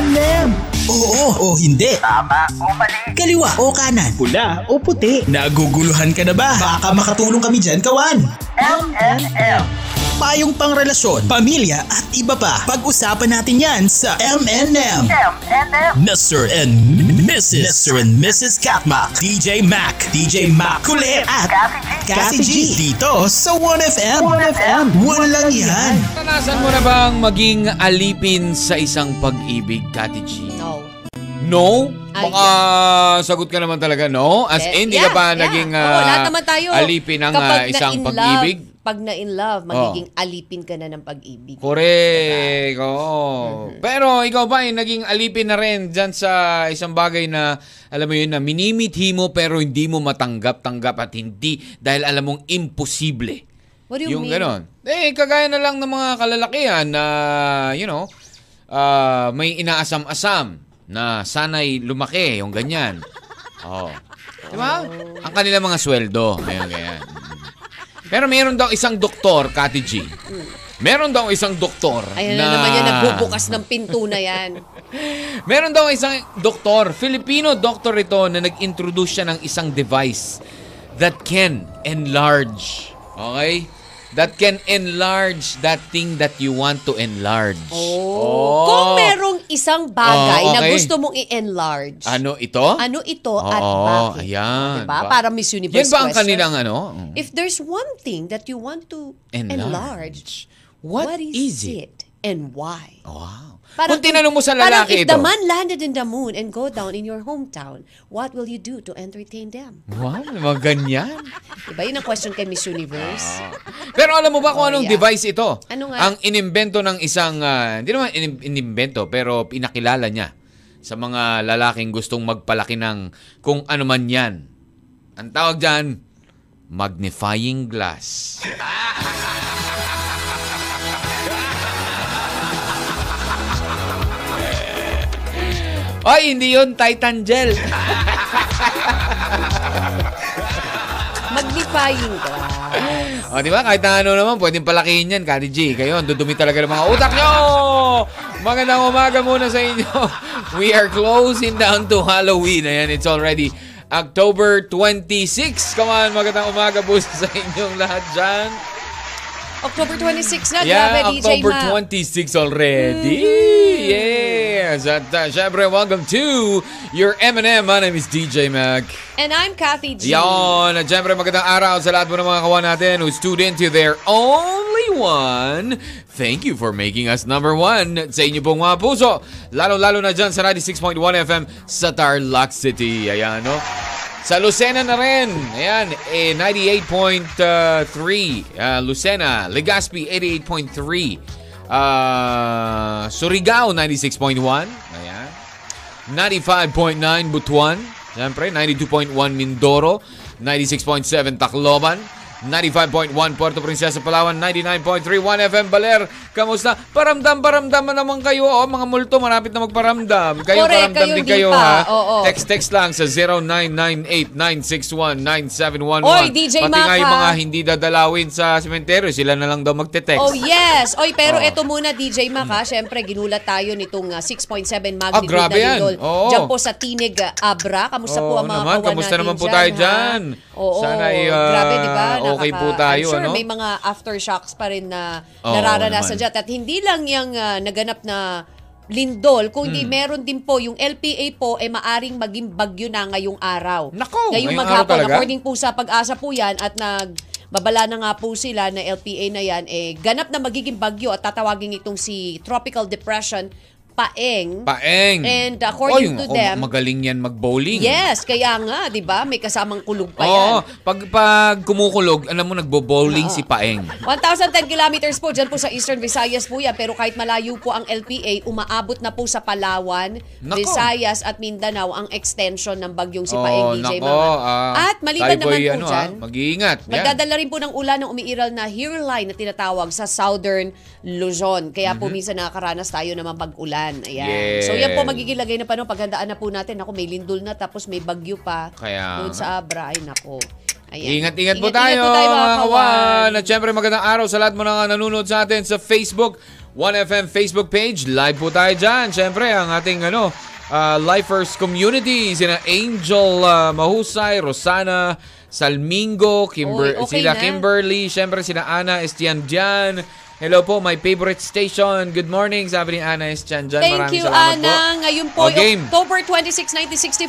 M&M. Oo o oh, hindi. Tama o mali. Kaliwa o kanan. Pula o puti. Naguguluhan ka na ba? Baka makatulong kami dyan, kawan. MNM. Payong pangrelasyon, pamilya at iba pa. Pag-usapan natin yan sa M&M. MNM. Mr. and Mrs. Mr. and Mrs. Katmak. DJ Mac. DJ Mac. Kulit. At Kasi Kasi G. G. Dito sa 1FM. 1FM. Walang yan. Naranasan mo na bang maging alipin sa isang pag-ibig, Kati G? No. No? Ay, Baka sagot ka naman talaga, no? As Eh, in, hindi yeah, ka ba yeah. naging ah, Oo, lahat naman tayo. alipin ng Kapag ah, isang na-in pag-ibig? Oh. Love, pag na in love, magiging alipin ka na ng pag-ibig. Correct. Diba? Oo. Mm-hmm. Pero ikaw ba, eh, naging alipin na rin dyan sa isang bagay na, alam mo yun, na minimithi mo pero hindi mo matanggap-tanggap at hindi dahil alam mong imposible. What do you yung mean? ganon. Eh, kagaya na lang ng mga kalalakihan na, you know, ah, may inaasam-asam na sana'y lumaki, yung ganyan. Oo. Di ba? Oh. Ang kanila mga sweldo. Ngayon, ganyan. Mm. Pero meron daw isang doktor, Kati G. Meron daw isang doktor Ayan Mm. na, na... naman yan, nagbubukas ng pinto na yan. Meron daw isang doktor, Filipino doctor ito na nag-introduce siya ng isang device that can enlarge. Okay? That can enlarge that thing that you want to enlarge. Oh. Kung merong isang Oo, bagay na Oh, okay. gusto mong i-enlarge, Ano ito? ano ito Oo, at bakit? ayan. Diba? Ba- Para Miss Yan Universe ba ang question. kanilang ano? If there's one thing that you want to enlarge, What, is, it? and why? Wow. Parang Kung tinanong mo sa parang lalaki if the ito. man landed in the moon and go down in your hometown, what will you do to entertain them? Wow, mga ganyan. Diba? Yun ang question kay Miss Universe. Pero alam mo ba kung Oh, anong yeah. device ito? Ano nga? Ang inimbento ng isang, ah, hindi naman inim- inimbento, pero pinakilala niya sa mga lalaking gustong magpalaki ng kung ano man yan. Ang tawag dyan, magnifying glass. Ay, hindi yun, Titan Gel. Magnifying glass. O, di ba? Kahit na ano naman, pwedeng palakihin yan, Kati G. Kayo, ang dudumi talaga ng mga utak nyo! Magandang umaga muna sa inyo. We are closing down to Halloween. Ayan, it's already October 26. Come on, magandang umaga po sa inyong lahat dyan. October 26 na, Yeah, grabe DJ October Ma. Mm. 26 already. Yes! At uh, syempre, welcome to your M&M. My name is DJ Mac. And I'm Kathy G. Yon, at syempre magandang araw sa lahat po ng mga kawan natin who's tuned in to their only one. Thank you for making us number one sa inyo pong mga puso. Lalo-lalo na dyan sa 96.1 FM sa Tarlac City. Ayan, no? Sa Lucena na rin. Ayan, eh, 98.3. ah, Lucena, Legazpi, 88.3. ah Surigao, 96.1. Ayan. 95.9 Butuan. Siyempre, 92.1 Mindoro. 96.7 Tacloban. 95.1 Puerto Princesa Palawan, 99.31 FM Baler. Kamusta? Paramdam, paramdam na naman kayo. O, mga multo, marapit na magparamdam. Kayo, Correct, paramdam kayo din hindi kayo, pa. ha? Oo. Text, text lang sa 0998-961-9711. Oy, DJ Pati nga Mac, yung ha? mga hindi dadalawin sa sementeryo, sila na lang daw magte-text. Oh yes. Oy, pero Ah. eto muna DJ Mac ha. Syempre ginulat tayo nitong ah, 6.7 Ah, magnitude grabe na yan. lindol. Oo. Diyan po sa Tinig ah, Abra. Kamusta po Oo ang mga naman, kawan kamusta natin naman po tayo ha? dyan? Oo. Sana ay, ah, grabe, di ba? okay Nakaka- po tayo, I'm sure ano? may mga aftershocks pa rin na Oo, nararanasan naman. dyan. At hindi lang yung ah, naganap na lindol, kundi Hmm. meron din po yung LPA po ay maaring maging bagyo na ngayong araw. Nako, ngayong, ngayong maghapon, araw talaga? according po sa pag-asa po yan at nag babala na nga po sila na LPA na yan eh ganap na magiging bagyo at tatawagin itong si Tropical Depression Paeng. Paeng. And according Oy, to ako, them- magaling yan mag-bowling. Yes, kaya nga, 'di ba? May kasamang kulog pa yan. Oo, pag, pag kumukulog, alam mo, nagbo-bowling si Paeng. 1,010 kilometers po dyan po sa Eastern Visayas po yan. Pero kahit malayo po ang LPA, umaabot na po sa Palawan, Nako. Visayas at Mindanao ang extension ng bagyong si Oo, Paeng DJ nako, Maman. ah, at maliban tayo po'y naman po ano, dyan, ah, mag-iingat. Yan. magdadala rin po ng ulan ng umiiral na hear line na tinatawag sa Southern Luzon. Kaya po minsan nakakaranas tayo naman pag-ulan. Ayan. Mm-hmm. Yes. So yan po magiging lagay na panahon. Paghandaan na po natin. Ako may lindol na tapos may bagyo pa. Kaya nga. Doon sa Abra. Ay nako. Ayan. Ingat-ingat po Ingat-ingat tayo, mga kawan. At syempre, magandang araw sa lahat mo na nanonood sa atin sa Facebook. 1FM Facebook page. Live po tayo dyan. Siyempre, ang ating ano, ah, Lifers Community. Sina Angel ah, Mahusay, Rosana, Salmingo, Kimber, Oy, okay sila na. Kimberly, siyempre sina Ana Estian dyan. Hello po, my favorite station. Good morning, sabi ni Ana Estian dyan. Thank Maraming you, salamat po. Ana. Ngayon po, O, game. October 26,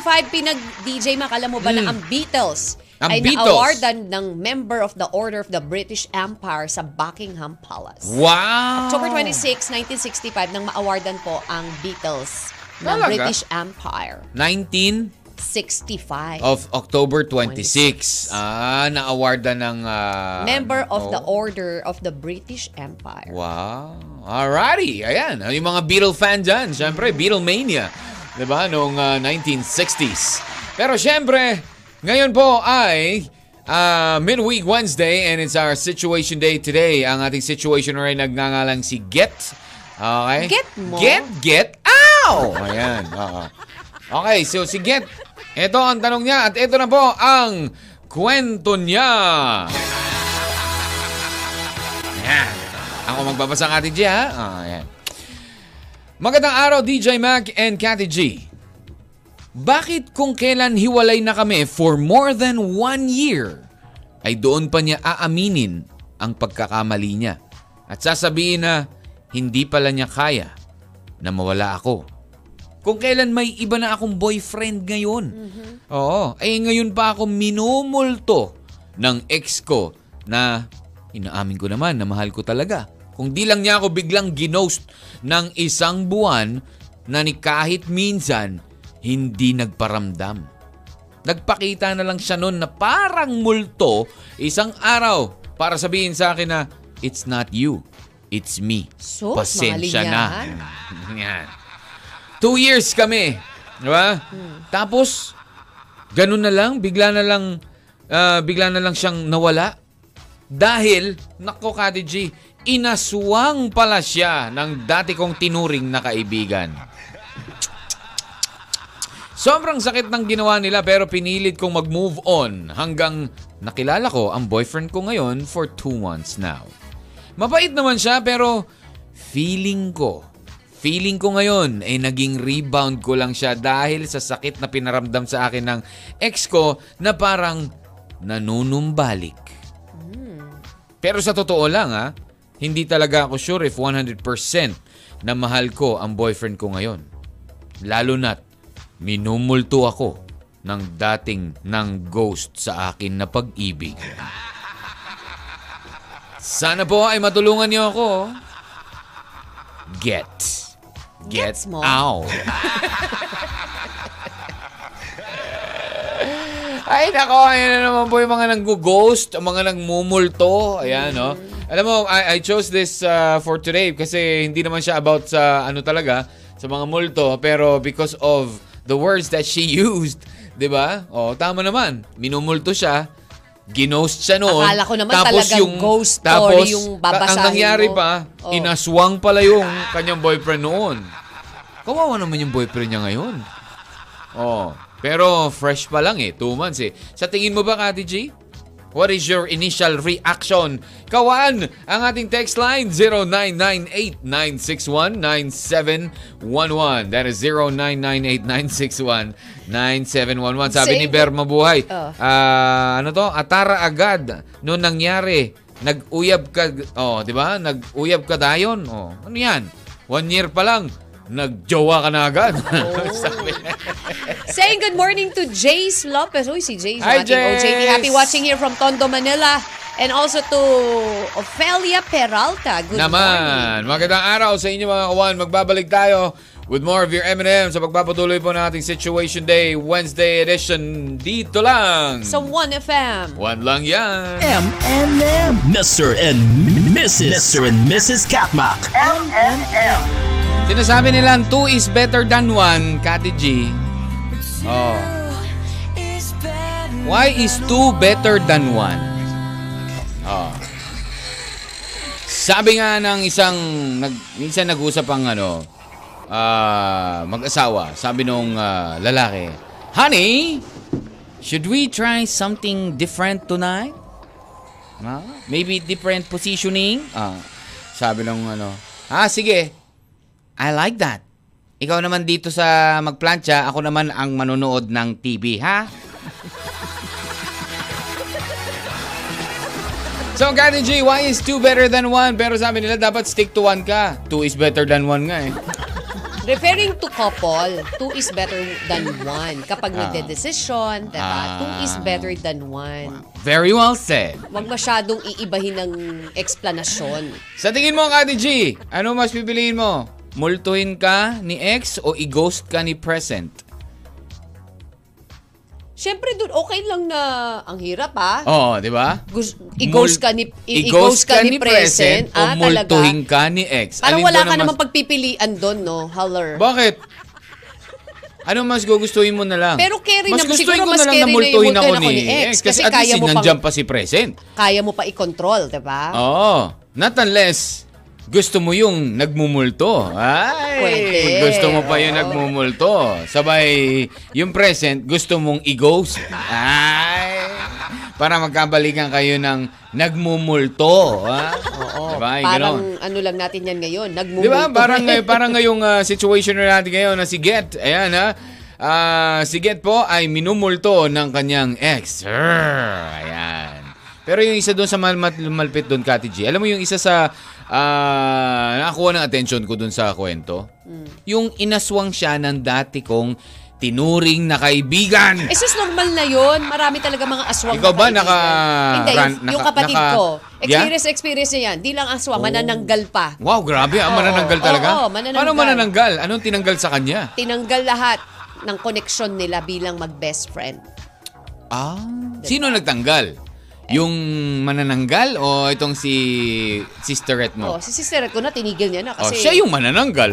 1965, pinag-DJ Makala mo ba na ang Beatles Mm. Ang ay Beatles. na-awardan ng Member of the Order of the British Empire sa Buckingham Palace. Wow! October 26, 1965, nang ma-awardan po ang Beatles ng Talaga? British Empire. 19 65. of October 26. 26. Ah, na-awardan ng... ah, Member of the oh. Order of the British Empire. Wow. Alrighty. Ayan. Yung mga Beatle fan dyan. Siyempre, Beatlemania. 'Di ba Noong ah, 1960s. Pero siyempre, ngayon po ay ah, Midweek Wednesday and it's our Situation Day today. Ang ating situation ay nagngangalang si Get. Okay? Get mo? Get, get, ow! Oh, Ayan. oo. Okay, so si Get. Ito ang tanong niya at ito na po ang kwento niya. Ayan. Ako magbabasa ng Ate G, ha? Ah, ayan. Magandang araw, DJ Mac and Cathy G. Bakit kung kailan hiwalay na kami for more than one year, ay doon pa niya aaminin ang pagkakamali niya at sasabihin na hindi pala niya kaya na mawala ako. Kung kailan may iba na akong boyfriend ngayon. Oo. Eh ngayon pa ako minumulto ng ex ko na inaamin ko naman na mahal ko talaga. Kung di lang niya ako biglang ginost ng isang buwan na ni kahit minsan hindi nagparamdam. Nagpakita na lang siya noon na parang multo isang araw para sabihin sa akin na it's not you, it's me. So, Pasensya na. malinyahan. Yan. Two years kami. Di ba? Tapos, ganun na lang, bigla na lang, ah, bigla na lang siyang nawala. Dahil, nako Kati G, inaswang pala siya ng dati kong tinuring na kaibigan. Sobrang sakit ng ginawa nila pero pinilit kong mag-move on hanggang nakilala ko ang boyfriend ko ngayon for two months now. Mabait naman siya pero feeling ko, feeling ko ngayon ay naging rebound ko lang siya dahil sa sakit na pinaramdam sa akin ng ex ko na parang nanunumbalik. Pero sa totoo lang ha, hindi talaga ako sure if 100% na mahal ko ang boyfriend ko ngayon. Lalo na't minumulto ako ng dating ng ghost sa akin na pag-ibig. Sana po ay matulungan niyo ako. oh. Get. Get Gets mo. out. Ay, nako, ayan na naman po yung mga nanggo-ghost, ang mga nangmumulto. Ayan, no? Alam mo, I, I chose this uh, for today kasi hindi naman siya about sa ano talaga, sa mga multo, pero because of the words that she used, 'di ba? Oh, tama naman. Minumulto siya. Ginost siya noon. Akala ko naman talagang ghost story yung babasahin Ang nangyari mo. pa, Oh. inaswang pala yung kanyang boyfriend noon. Kawawa naman yung boyfriend niya ngayon. Oh, pero fresh pa lang eh, two months eh. Sa tingin mo ba, Kati G? What is your initial reaction? Kawan, ang ating text line 0998-961-9711. That is 0998-961-9711. Sabi ni Same. Ber Mabuhay, Oh. ah, ano to? Atara agad noon nangyari. Nag-uyab ka, oh, di ba? Nag-uyab ka dayon. Oh, ano yan? One year pa lang, nagjowa ka na agad. Sabi niya. Saying good morning to Jace Lopez. Uy, si Jace, Hi, ang ating Jace! OJT. Happy watching here from Tondo, Manila. And also to Ofelia Peralta. Good morning. Naman, magandang araw sa inyo mga kawan. Magbabalik tayo with more of your M&M sa pagpapatuloy po ng ating Situation Day Wednesday edition dito lang. Sa 1FM. One lang yan. M and M. Mr. and Mrs. Mr. and Mrs. Katmak. MNM. Sinasabi nila, two is better than one, Kati G. Oh. Why is two better than one? Oh. Sabi nga ng isang nag minsan nag-usap ang ano ah, mag-asawa. Sabi nung ah, lalaki, "Honey, should we try something different tonight? Ah, Maybe different positioning?" Ah, sabi nung ano, Ah, sige. I like that. Ikaw naman dito sa magplancha, ako naman ang manonood ng TV, ha? So, Kati G, why is two better than one? Pero sabi nila, dapat stick to one ka. Two is better than one nga eh. Referring to couple, two is better than one. Kapag nagde-decision, diba? Ah. Two is better than one. Very well said. Huwag masyadong iibahin ng explanation. Sa tingin mo, Kati G, ano mas pipiliin mo? Multuhin ka ni ex o i-ghost ka ni present? Siyempre, dun okay lang na ang hirap ha. Oo, di ba? Gus- I-ghost Oh. Mul- ka ni, i- i-ghost ka ni present. o Ah, talaga. multuhin ka ni ex. Parang Alin wala doon ka ang namang mas- pagpipilian doon, no? Holler. Bakit? Ano mas gugustuhin mo na lang? Pero carry mas na- gustuhin ko siguro mas na lang carry na na multuhin yung ako multuhin ni ex. Kasi, at kaya least mo pang- nandiyan pa si present. Kaya mo pa i-control, diba? Oo. Not unless gusto mo yung nagmumulto. Ay, Pwede. gusto mo pa yung Oo. nagmumulto. Sabay, yung present, gusto mong i-ghost. Ay, para magkabalikan kayo ng nagmumulto. Ha? Oo. Diba? Yung Parang ganon. ano lang natin yan ngayon, nagmumulto. Di ba? Parang, ngay- parang ngayong ah, situation na natin ngayon na si Get, ayan ha, Ah, si Get po ay minumulto ng kanyang ex. Arr, ayan. Pero yung isa doon sa mal- mal- malpit doon, Kati G, alam mo yung isa sa ah, nakakuha ng attention ko doon sa kwento? Mm. Yung inaswang siya ng dati kong tinuring na kaibigan. Eh, sis, normal na yun. Marami talaga mga aswang Ikaw na ba kaibigan. naka- Hindi, ran- yung, yung naka- kapatid naka- ko. Yeah? Oh. Experience, experience niya yan. Di lang aswang, manananggal pa. Wow, grabe. Ah, Oo, manananggal oo, talaga? oo, manananggal. Paano manananggal? Anong tinanggal sa kanya? Tinanggal lahat ng connection nila bilang mag-best friend. Ah, sino nagtanggal? Yung manananggal o itong si sisterette Oh, mo? si sister ko na, tinigil niya na Oh, kasi... siya yung manananggal.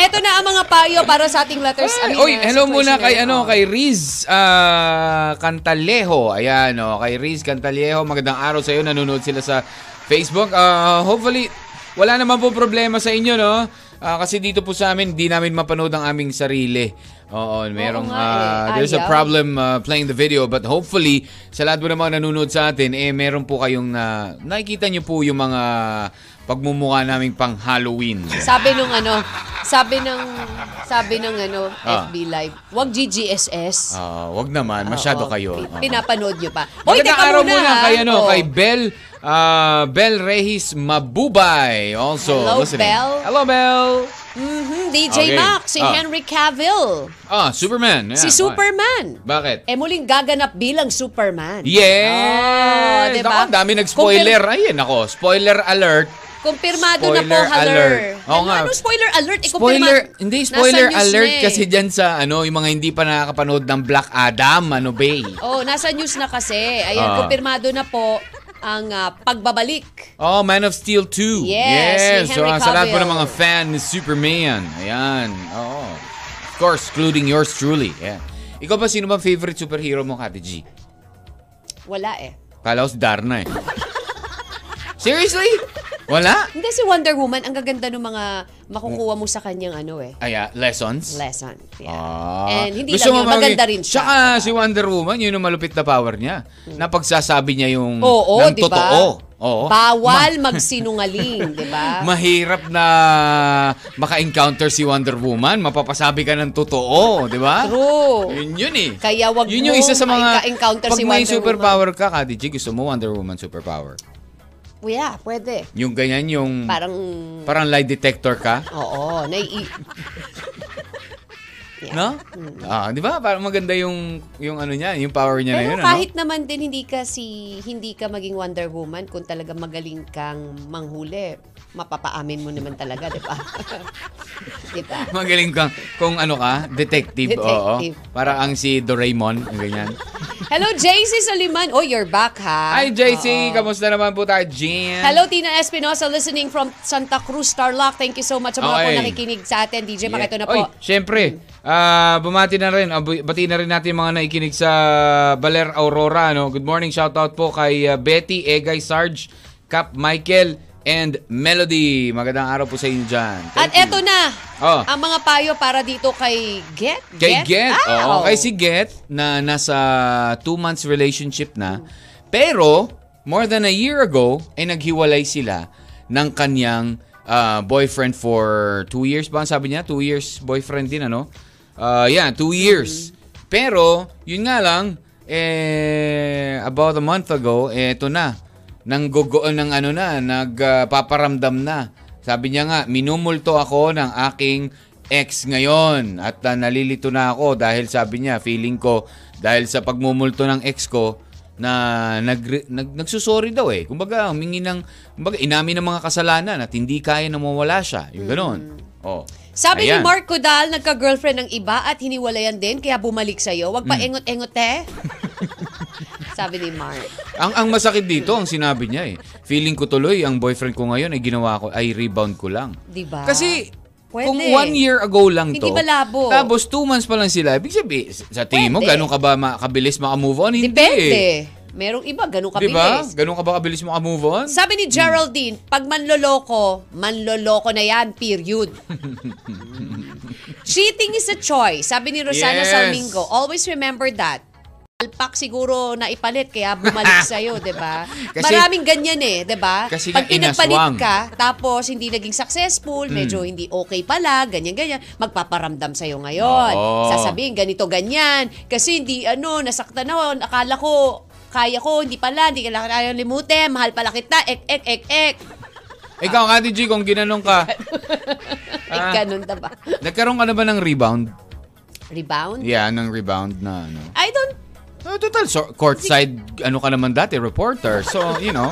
Eto na ang mga payo para sa ating letters. I Ay, mean, oy, uh, Mm. hello muna situation kay na yun. ano kay Riz ah, Cantalejo. Ayan oh, kay Riz Cantalejo. Magandang araw sa iyo. Nanonood sila sa Facebook. Ah, hopefully wala naman po problema sa inyo no. Ah, kasi dito po sa amin, di namin mapanood ang aming sarili. Oo, merong nga eh. ah, there's a Ayaw. problem ah, playing the video but hopefully sa lahat po ng mga nanonood sa atin eh meron po kayong na nakikita niyo po yung mga pagmumukha naming pang Halloween. Sabi nung ano, sabi ng sabi ng ano, Ah. FB Live, wag GGSS. Ah, wag naman, masyado Oo. kayo. Oh, Pi- Oo. Pinapanood nyo pa. Hoy, Magandang teka araw muna, muna, ha? kay, ano, Oh. kay Bel, ah, Bel Reyes Mabubay. Also, Hello, listening. Bel. Hello, Bel. Mhm, DJ Okay. Max, si Ah. Henry Cavill, Ah, Superman. Yeah, si why? Superman. Bakit? Eh muling gaganap bilang Superman. Yes! Oh, diba? Naku, ang dami nag-spoiler. Ayun, ako. Spoiler alert. Kumpir- kumpirmado na po, Spoiler Haller. alert. Oo ano, nga. ano, spoiler alert? Eh, kumpirma- Spoiler, hindi, Nasa spoiler news na alert eh. kasi dyan sa, ano, yung mga hindi pa nakakapanood ng Black Adam, ano, bay. Oh, nasa news na kasi. Ayan, Ah. kumpirmado na po ang ah, pagbabalik. Oh, Man of Steel 2. Yes, ni so Henry ah, sa lahat po Cavill. ng mga fan ni Superman. Ayan. Oo. Of course, including yours truly. Yeah. Ikaw ba sino ba ang favorite superhero mo, Kati G? Wala eh. Kala ko si Darna eh. Seriously? Wala? Hindi si Wonder Woman, ang gaganda ng mga makukuha mo sa kanyang ano eh, Ay, ah, lessons? lesson. Yeah. Ah. And hindi Gusto mo lang yun, maganda magi- rin siya. Hmm. Tsaka si Wonder Woman, yun yung malupit na power niya. Napagsasabi niya yung Oo, mm, ng di ba? totoo. Oo. Bawal magsinungaling, di ba? Mahirap na maka-encounter si Wonder Woman, mapapasabi ka ng totoo, di ba? True. Yun yun eh. Kaya wag yun yung mong isa sa mga, maika-encounter pag si may Wonder superpower ka, Kati G, gusto mo Wonder Woman superpower. Yeah, pwede. Yung ganyan, yung Parang, parang lie detector ka. oo, nai... Yeah. Mm. No? Ah, di ba? Parang maganda yung yung ano niya, yung power niya na Pero yun, ano? kahit naman din hindi ka si hindi ka maging Wonder Woman kung talaga magaling kang manghuli, mapapaamin mo naman talaga, 'di ba? 'Di ba? ano? Magaling kang kung ano ka, detective, oo. Detective. Para ang si Doraemon, yung ganyan. Hello JC Soliman. Oh, you're back ha. Hi JC, kamusta naman po tayo, Jan? Hello, Tina Espinosa, listening from Santa Cruz, Tarlac. Thank you so much sa mga Okay. po nakikinig sa atin. DJ, yeah. na Oy, po. syempre, ah, bumati na rin, ah, bu- bati na rin natin yung mga naikinig sa Baler Aurora. No? Good morning, shout out po kay ah, Betty, Egay, Sarge, Cap, Michael, and Melody. Magandang araw po sa inyo dyan. Thank At you. eto na, Oh. ang mga payo para dito kay Get. Kay Get. Ah, Oo, kay si Get na nasa two months relationship na. Pero, more than a year ago, ay naghiwalay sila ng kanyang ah, boyfriend for two years ba? ang Sabi niya, two years boyfriend din ano? Ah, yeah, two years. Pero, yun nga lang, eh, about a month ago, eh, ito na. Nang gogo, ng ano na, nagpaparamdam na. Sabi niya nga, minumulto ako ng aking ex ngayon at ah, nalilito na ako dahil sabi niya, feeling ko, dahil sa pagmumulto ng ex ko, na nag, nag nagsusorry daw eh. Kumbaga, humingi ng kumbaga inamin ng mga kasalanan at hindi kaya na mawala siya. Yung ganoon. Oh. Mm. Sabi Ayan. ni Mark Cudal, nagka-girlfriend ng iba at hiniwalayan din, kaya bumalik sa'yo. Huwag Hmm. pa engot-engot eh. Sabi ni Mark. Ang ang masakit dito ang sinabi niya eh. Feeling ko tuloy ang boyfriend ko ngayon ay ginawa ko ay rebound ko lang. Diba? Kasi Pwede. kung one year ago lang Hindi to. ba labo? Tapos two months pa lang sila. Ibig sabihin, sa tingin mo, Pwede. ganun ka ba makabilis makamove on? Hindi eh. Depende. Merong iba, ganun kabilis. Diba? Ganun ka ba kabilis makamove on? Sabi ni Geraldine, pag manloloko, manloloko na yan, period. Cheating is a choice. Sabi ni Rosana Yes. Salmingo, always remember that. Alpak siguro na ipalit kaya bumalik sa'yo, di ba? Kasi- Maraming ganyan eh, di ba? Kasi Pag nga inaswang. Hmm. pinagpalit ka, tapos hindi naging successful, medyo hindi okay pala, ganyan-ganyan, magpaparamdam sa'yo ngayon. Oo. Sasabihin, ganito-ganyan. Kasi hindi, ano, nasaktan ako, akala ko, kaya ko, hindi pala, hindi kailangan ayaw limutin, mahal pala kita, ek, ek, ek, ek. Ikaw, Ate G, kung ginanong ka, Ay, Ah. Eh, ganun na ba? nagkaroon ka na ba ng rebound? Rebound? Yeah, ng rebound na ano. I don't, No, total, so, courtside, ano ka naman dati, reporter. So, you know,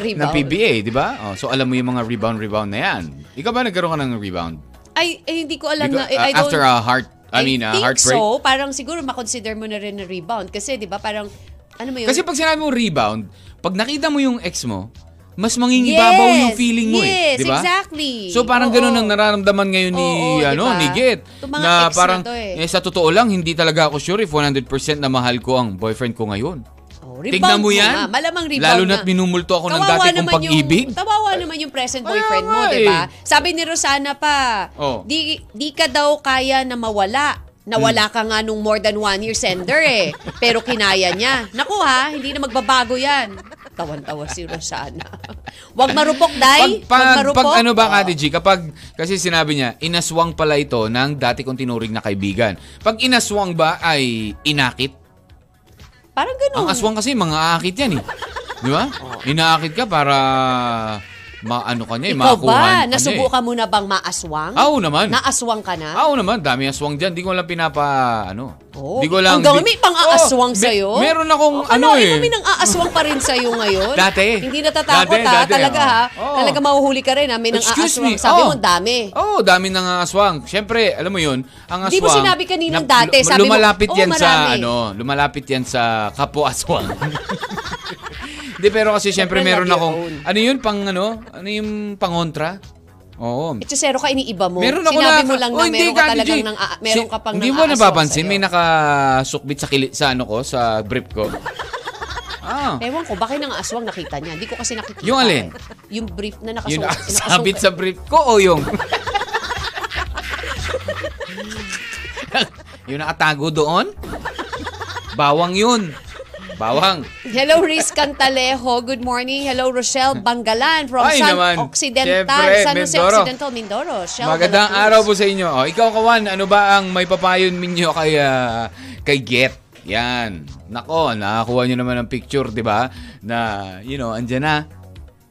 ng rebound. PBA, di ba? Oh, so, alam mo yung mga rebound-rebound na yan. Ikaw ba nagkaroon ka ng rebound? Ay, eh, hindi ko alam Because, na, eh, uh, I don't, after a heart, I, mean, a think heartbreak. so, parang siguro makonsider mo na rin na rebound. Kasi, di ba, parang, ano mo yun? Kasi pag sinabi mo rebound, pag nakita mo yung ex mo, mas mangingibabaw Yes, yung feeling mo eh. yes, di ba? exactly. So parang Oo. ganun ang nararamdaman ngayon ni, Oo, di ano, ba? ni Git. Itong mga ex na parang, to eh. sa totoo lang, hindi talaga ako sure if 100% na mahal ko ang boyfriend ko ngayon. Oh, Tignan mo na yan. nga. Malamang rebound Lalo na. na't minumulto ako ng Kawawa dati kong naman pag-ibig. Yung, kawawa naman yung present Kaya boyfriend mo, nga eh. di ba? Sabi ni Rosana pa, Oh. di, di ka daw kaya na mawala. Hmm. Nawala ka nga nung more than one year sender eh. Pero kinaya niya. Naku ha, hindi na magbabago yan. Tawan-tawa si Rosana. Huwag marupok, Pag, Day. pag, Huwag marupok. pag ano ba, Oo. Ate G, kapag, kasi sinabi niya, inaswang pala ito ng dati kong tinuring na kaibigan. Pag inaswang ba ay inakit? Parang ganun. Ang aswang kasi, mga aakit yan eh. Di ba? Inaakit ka para maano ka niya, eh, Ikaw makakuha ka ba, niya nasubo eh. ka muna bang maaswang? Ah, oo naman. Naaswang ka na? Ah, Oo naman, dami aswang dyan. Di ko lang pinapa, ano. Oh, Di ko lang... Hanggang di- may pang-aaswang Oh, me- sa'yo? Oh, meron akong ano eh. Ikaw may nang-aaswang pa rin sa'yo ngayon? Dati. Hindi natatakot Dati, ha? dati, talaga oh. ha? Oh. Talaga mahuhuli ka rin ha? May Excuse me, nang-aaswang. Sabi oh. mo, dami. Oo, oh, dami ng aswang. Siyempre, alam mo yun, ang aswang... Di mo sinabi kanina na- dati, lu- sabi mo, lumalapit "Oh, yan sa, marami." ano, lumalapit yan sa kapo aswang. Hindi, pero kasi siyempre Siyempre, meron love your akong... own. Ano yun, pang ano? Ano yung pangontra? Oo. Itsesero ka, iniiba mo. Meron ako Sinabi na, mo lang Oh, na hindi, meron ka Kati talagang G. nang, meron ka pang Hindi mo nang-aaswang napapansin, sa'yo. may nakasukbit sa, kili, sa ano ko, sa brief ko. ah, Ewan ko, bakit nang-aaswang nakita niya? Hindi ko kasi nakikita. Yung alin? eh. Yung brief na yun nakasuot. ang sabit sa brief ko o yung... yung nakatago doon? Bawang yun. Bawang. Hello, Riz Cantalejo. Good morning. Hello, Rochelle Bangalan from Ay, San naman. Occidental. Siyempre, San Jose Mindoro. Occidental, Mindoro. Rochelle Magandang Veracruz. araw po sa inyo. O, ikaw, Kawan, ano ba ang may papayon ninyo kay, ah, kay Get? Yan. Nako, nakakuha nyo naman ng picture, di ba? Na, you know, andyan na.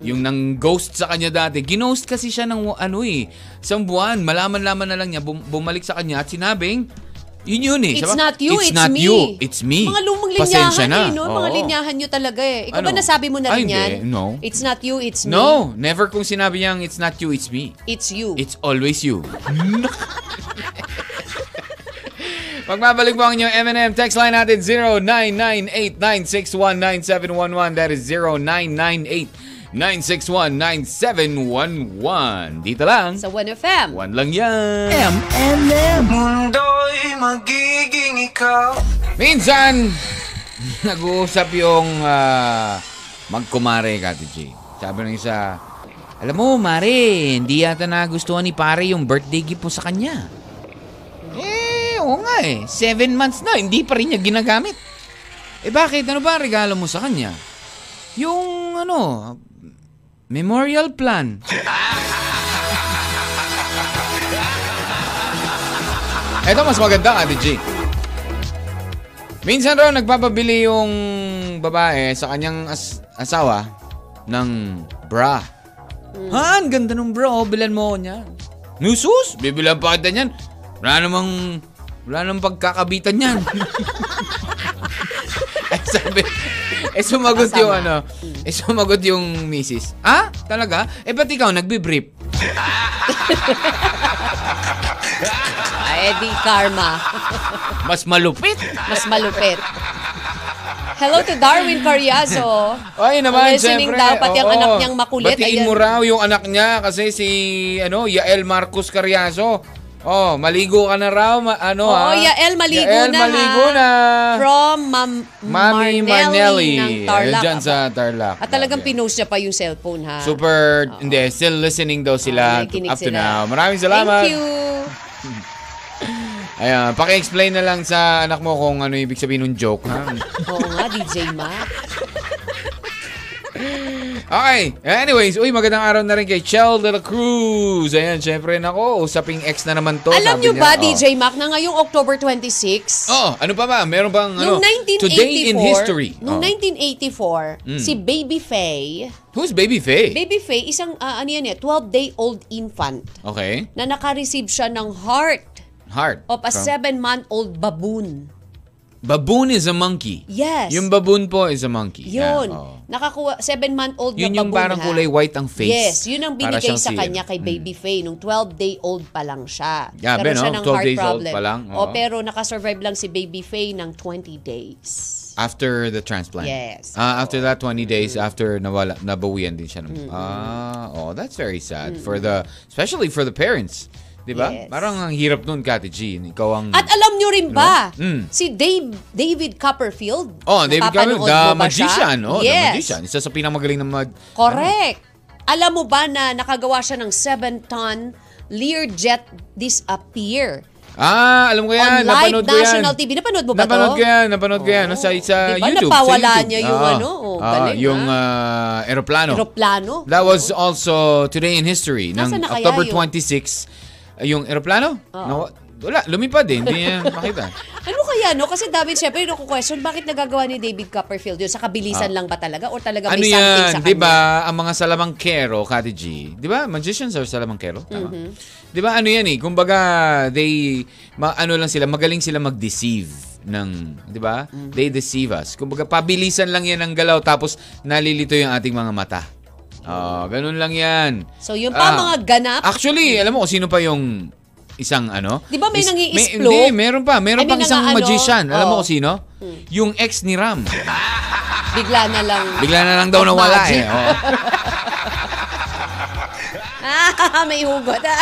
Yung nang ghost sa kanya dati. Ginost kasi siya ng ano eh. Isang buwan, malaman-laman na lang niya, bum- bumalik sa kanya at sinabing, yun yun eh. It's Sabi- not you, it's, not me. you, it's me. Mga lumang Pasensya linyahan na. eh, no? Mga Oo. linyahan nyo talaga eh. Ikaw ba Ano? nasabi mo na Ay, rin hindi. yan? No. It's not you, it's me. No, never kung sinabi niyang it's not you, it's me. It's you. It's always you. Magbabalik po ang inyong M&M. Text line natin 0998-961-9711. That is 0998-961-9711. Dito lang. Sa 1FM. One lang yan. Mundo'y magiging ikaw Minsan, nag-uusap yung ah, magkumare ka, TJ. Sabi ng isa, alam mo, Mare, hindi yata nagustuhan ni pare yung birthday gift mo sa kanya. Eh, oo nga eh. Seven months na, hindi pa rin niya ginagamit. Eh bakit? Ano ba ang regalo mo sa kanya? Yung ano, Memorial plan. Ito mas maganda, Ate G. Minsan raw nagpapabili yung babae sa kanyang as- asawa ng bra. Ha, ang ganda ng bra, oh. Bilan mo ako niyan. Nusus, bibilan pa kita niyan. Wala namang, wala namang pagkakabitan niyan. eh, sabi, eh sumagot yung ano, eh sumagot yung misis. Ah, talaga? Eh ba't ikaw nagbibrip? Ay, Eh, di karma. Mas malupit. Mas malupit. Hello to Darwin Carriazo. Ay naman, Listening syempre. daw, pati ang Oo. anak niyang makulit. Batiin Ayan. mo raw yung anak niya kasi si ano, Yael Marcos Carriazo. Oh, maligo ka na raw, ma- ano Oo, ha. Yael, maligo Yael, na, ha? maligo na. From Mam- Mami Marnelli, Manelli. ng Tarlac. Diyan sa Tarlac. At talagang Grabe. pinost niya pa yung cellphone, ha? Super, hindi, still listening daw sila Nakikinig up to sila. now. Maraming salamat. Thank you. Ayan, paki-explain na lang sa anak mo kung ano ibig sabihin ng joke, ha? Oo nga, DJ Mac. Okay. Anyways, uy, magandang araw na rin kay Chell De La Cruz. Ayan, syempre, nako, usaping ex na naman to. Alam sabi niyo ba, niya. DJ Mac, na ngayong October 26, Oh. oh, ano pa ba? Meron bang ano? Noong 1984, Today in history. Noong Oh. Mm. 1984, si Baby Faye, Who's Baby Faye? Baby Faye, isang ah, ano yan eh, 12-day-old infant Okay. na nakareceive siya ng heart Heart. of a From- 7-month-old baboon. Baboon is a monkey. Yes. Yung baboon po is a monkey. Yun. Yeah, oh. Nakakuha, 7-month-old Yun na yung parang baboon ha? kulay white ang face. Yes, yun ang Para binigay siyang Mm. sa si- kanya kay Baby Faye nung 12-day-old pa lang siya. Grabe, Nagkaroon siya no? ng 12 heart oh, days old problem. pa lang, oh. O, oo. pero nakasurvive lang si Baby Faye ng 20 days. Mm. After the transplant. Yes. Ah, after that 20 days after nawala nabawian din siya. ng- Ah, oh, that's very sad for the especially for the parents. 'Di ba? Yes. Parang ang hirap nun, Kati G. Ikaw ang At alam nyo rin ba, Mm. si Dave, David Copperfield, Oh, David Cameron, napapanood the mo ba siya? magician, oh, yes. the magician. Isa sa pinakamagaling na mag Correct. Alam mo ba na nakagawa siya ng 7-ton Learjet disappear Ah, alam ko yan. on live napanood ko yan. national TV. Napanood mo ba napanood to? ko yan, napanood ko yan. No, sa, sa Diba, YouTube. napawala sa YouTube. niya yung Oo. ano, oh, Oo, galing, yung ha? ah, eroplano. Eroplano. That was also today in history. Nasaan ng na kaya October yun? 26, ah, yung eroplano. Nawa- wala, lumipad eh. Hindi niya makita. Ano kaya, no? Kasi dami, syempre, yung question, bakit nagagawa ni David Copperfield yun? Sa kabilisan lang ba talaga? Or talaga Ah. ano may something sa yan, kanya? di ba? Ang mga salamangkero, Kati G. Di ba? Magicians are salamangkero. Tama. Mm-hmm. Di ba? Ano yan eh. Kumbaga, they, ma- ano lang sila, magaling sila mag-deceive ng, di ba? Mm. They deceive us. Kumbaga, pabilisan lang yan ang galaw tapos nalilito yung ating mga mata. Oh, ganun lang yan. Ah, So, yun pa ang mga ganap. Actually, alam mo kung sino pa yung isang ano? Di ba Diba may Is- nangi-explode? Hindi, meron pa. Meron I mean, pang isang nangaano, Oh. Hmm. magician. Alam mo oo. kung sino? Yung ex ni Ram. Bigla na lang. Bigla na lang daw nawala eh. Magic. Oo. Ah, may hugot.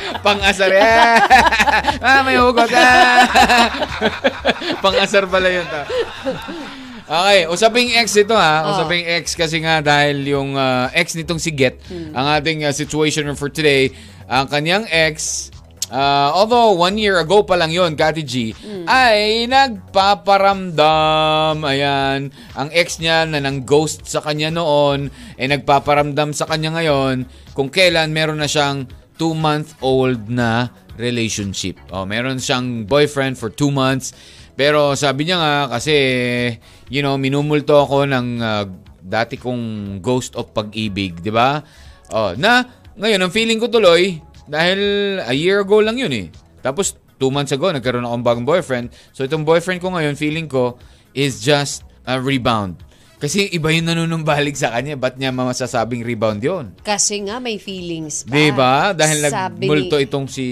Ah. Pangasar. Ah, ah may hugot. Ah. Pangasar pala yun. Ta. Okay, usaping ex ito ha. Usaping ex kasi nga dahil yung ah, ex nitong si Get, ang ating ah, situation for today, ang kanyang ex, ah, although one year ago pa lang yun, Kati G, ay nagpaparamdam. Ayan, ang ex niya na nang ghost sa kanya noon, ay nagpaparamdam sa kanya ngayon kung kailan meron na siyang two-month-old na relationship. Oh, meron siyang boyfriend for two months. Pero sabi niya nga kasi, you know, minumulto ako ng ah, dati kong ghost of pag-ibig, di ba? Oh, na ngayon, ang feeling ko tuloy, dahil a year ago lang yun eh. Tapos two months ago, nagkaroon akong bagong boyfriend. So itong boyfriend ko ngayon, feeling ko, is just a rebound. Kasi iba yung nanunumbalik sa kanya. Ba't niya masasabing rebound yon? Kasi nga may feelings pa. Di ba? Diba? Dahil Ah, Sabi nagmulto ni- itong si...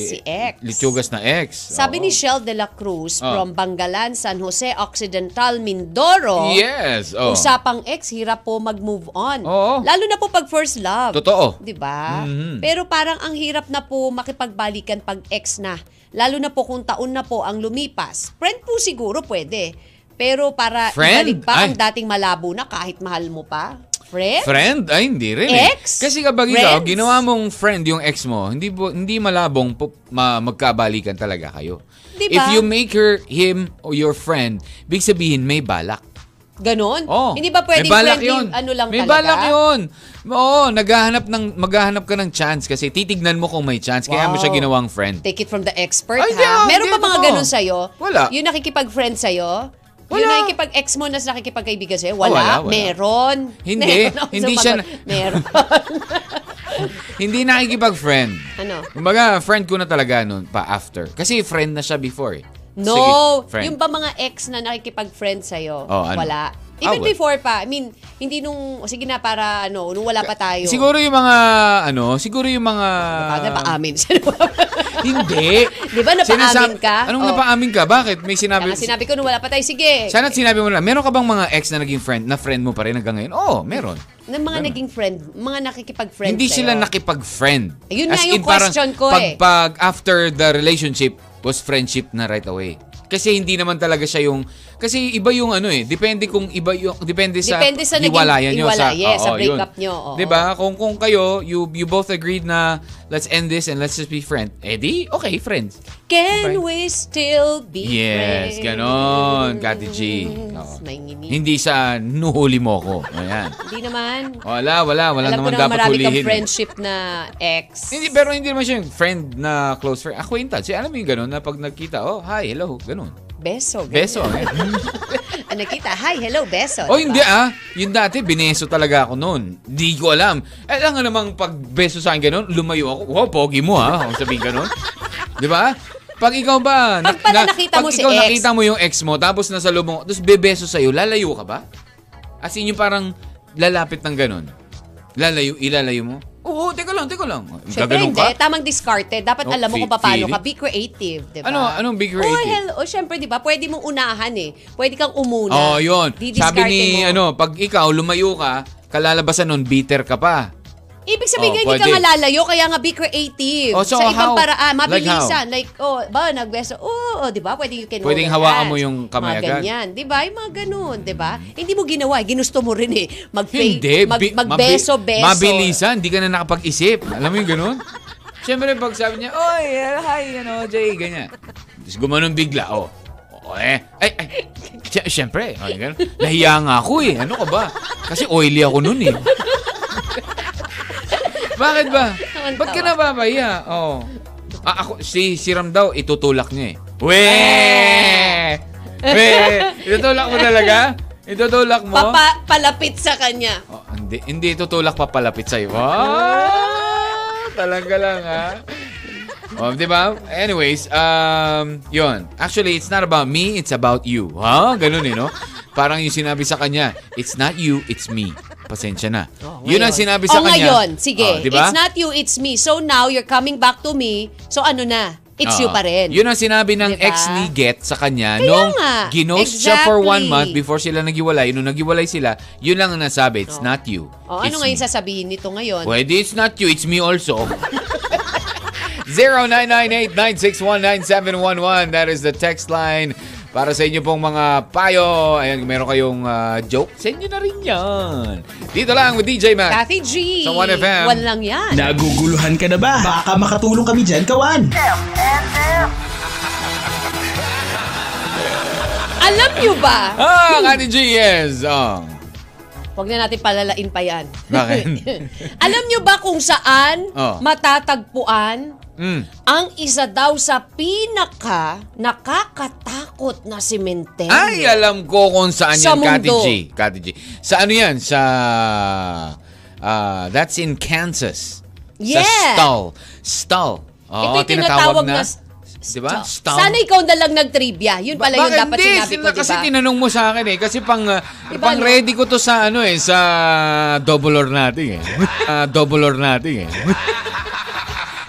Si ex. Lechugas na ex. Sabi Oo. ni Shell de la Cruz Oh. from Bangalan, San Jose Occidental, Mindoro. Yes. Oh. Usapang ex, hirap po mag-move on. Oo. Lalo na po pag first love. Totoo. 'Di ba? Mhm. Pero parang ang hirap na po makipagbalikan pag ex na. Lalo na po kung taon na po ang lumipas. Friend po siguro pwede. Pero para Friend? ibalik pa ang Ay. dating malabo na kahit mahal mo pa. Friend? Friend? Ay, hindi rin. Ex? Eh. Kasi kapag ikaw, Friends? ginawa mong friend yung ex mo, hindi po, hindi malabong po, ma, magkabalikan talaga kayo. Di If ba? you make her, him, or your friend, big sabihin may balak. Ganon? Oh, Hindi ba pwedeng may balak friendly, yun. ano lang may talaga? balak yun. Oo, naghahanap, ng, maghahanap ka ng chance kasi titignan mo kung may chance. Kaya mo siya Wow. ginawang friend. Take it from the expert, Ay, ha? hindi, ah, Meron hindi, ba mga totoo. ganun sa'yo? Wala. Yung nakikipag-friend sa'yo? Wala. Yung nakikipag-ex mo na nakikipagkaibigan sa'yo? Oh, Wala. wala, wala. Meron. Hindi, Meron ako hindi sumagot. siya na- Meron. Hindi nakikipag-friend. Ano? Kumbaga, friend ko na talaga noon pa after. Kasi friend na siya before eh. No. Sige, friend. Yung ba mga ex na nakikipag-friend sa'yo? Oh, ano? Wala. Ah, wala. Even before pa. I mean, hindi nung, sige na para ano, nung wala pa tayo. Siguro yung mga, ano, siguro yung mga... Kaya paamin siya. Hindi. Di ba napaamin Sinasab- ka? Anong Oh. napaamin ka? Bakit? May sinabi... Kaya nga sinabi ko nung wala pa tayo, sige. Sana sinabi mo na, meron ka bang mga ex na naging friend, na friend mo pa rin hanggang ngayon? Oo, meron. ng mga naging friend, mga nakikipag-friend Hindi sa'yo. sila nakipag-friend. Ayun nga yung question ko pag, eh. Pag after the relationship, was friendship na right away. Kasi hindi naman talaga siya yung kasi iba yung ano eh depende kung iba yung depende sa Depende sa naging hiwalayan nyo, hiwala, yes, sa oo, breakup yun. nyo, oo. 'Di ba? Kung kung kayo you you both agreed na let's end this and let's just be friends. Eh di, okay, friends. Can we still be friends? Yes, ganon, Kati G. Oo. May ngini. Hindi sa nuhuli mo ko. Ayan. Hindi naman. Wala, wala, wala Alam ko naman naman dapat marami kang hulihin. eh. friendship na ex. Hindi, pero hindi naman siya yung friend na close friend. Acquaintance. Eh, alam mo yung ganun na pag nakita, oh, hi, hello, ganun. Beso. ganyan. Beso. Eh. Ah, nakita. Hi, hello, beso. oh, diba? hindi ah. Yun dati, bineso talaga ako noon. Di ko alam. Eh, lang namang pag beso sa akin ganun, lumayo ako. Wow, pogi mo ah. Kung sabihin ganun. Di ba? Pag ikaw ba, Pag pala nakita pag mo si ikaw ex. nakita mo yung ex mo, tapos nasa loob mo, tapos bebeso sa'yo, lalayo ka ba? As in yung parang lalapit ng ganun. Lalayo, ilalayo mo. Oo, teka lang, teka lang. Siyempre Gaganon hindi. Tamang discarded. Dapat Oh, alam mo fe- kung paano feeling? ka. Be creative, di ba? Ano- anong be Oh, creative? hello. Oh, syempre, di ba? Pwede mong unahan eh. Pwede kang umuna. Oo, Oh, yun. Sabi Didiscarte ni, mo. ano, pag ikaw lumayo ka, kalalabasan nun, bitter ka pa. Ibig Oh, sabihin nga, hindi ka pwede. nga lalayo, kaya nga be creative. Oh, so sa how? ibang paraan, Like mabilisan. Like, oh, ba, nagbeso, oh, oh, di ba? Pwede you can Pwedeng hold hawaan hands. mo yung kamay mga agad. ganyan, di ba? Yung mga ganun, di ba? Hindi mo ginawa, eh. ginusto mo rin eh. Mag Hindi. mag, bi- mabi- magbeso-beso. Mabilisan, hindi ka na nakapag-isip. Alam mo yung ganun? Siyempre, pag sabi niya, Oy, eh, hi, ano, Jay, ganyan. Tapos gumanong bigla, oh. Oh, eh. Ay, ay. Siy- Siyempre, oh, yung ganun. Nahiya nga ako eh. Ano ka ba? Kasi oily ako nun eh. Bakit ba? Tawa-tawa. Ba't ka nababahiya? Oh. Ah, ako, si Siram daw, itutulak niya eh. We! We! Itutulak mo talaga? Itutulak mo? Papa, palapit sa kanya. Oh, hindi, hindi tutulak papalapit sa'yo. Ah, talaga lang, ha? Oh, di ba? Anyways, um, yon. Actually, it's not about me, it's about you. Ha? Ganun eh, no? Parang yung sinabi sa kanya, it's not you, it's me. Pasensya na. yun ang sinabi sa oh, kanya. ngayon, sige. Oh, di ba? It's not you, it's me. So now, you're coming back to me. So ano na, it's Oo. you pa rin. Oh. Yun ang sinabi ng Diba? ex ni Get sa kanya Kaya nung nga. ginost siya for Exactly. one month before sila nagiwalay. Nung nagiwalay sila, yun lang ang nasabi, it's not you, oh, it's ano ngayon me. sasabihin nito ngayon? Pwede, it's not you, it's me also. 0998-961-9711. That is the text line para sa inyo pong mga payo. Ayan, kung meron kayong ah, joke, send nyo na rin yan. Dito lang with DJ Mac. Kathy G. Sa 1FM. One lang yan. Naguguluhan ka na ba? Baka makatulong kami dyan, kawan. M&M. Alam nyo ba? Ah, Kati G, yes. Oh. Huwag na natin palalain pa yan. Bakit? Alam nyo ba kung saan Oh. matatagpuan Mm. ang isa daw sa pinaka nakakatakot na simenteryo? Ay, alam ko kung saan Sa yan, Kati mundo. G. Kati G. Sa ano yan? Sa... ah, that's in Kansas. Sa Oh, Yeah. Stull. Stull. Oo, Ito'y tinatawag na s- Diba? Stull. Sana ikaw na lang nagtrivia. Yun pala yung Bakit dapat hindi? sinabi ko, Sila Kasi diba? tinanong mo sa akin eh. Kasi pang, ah, Iba, pang no? ready ko to sa ano eh. Sa double or nothing eh. Ah, double or nothing eh.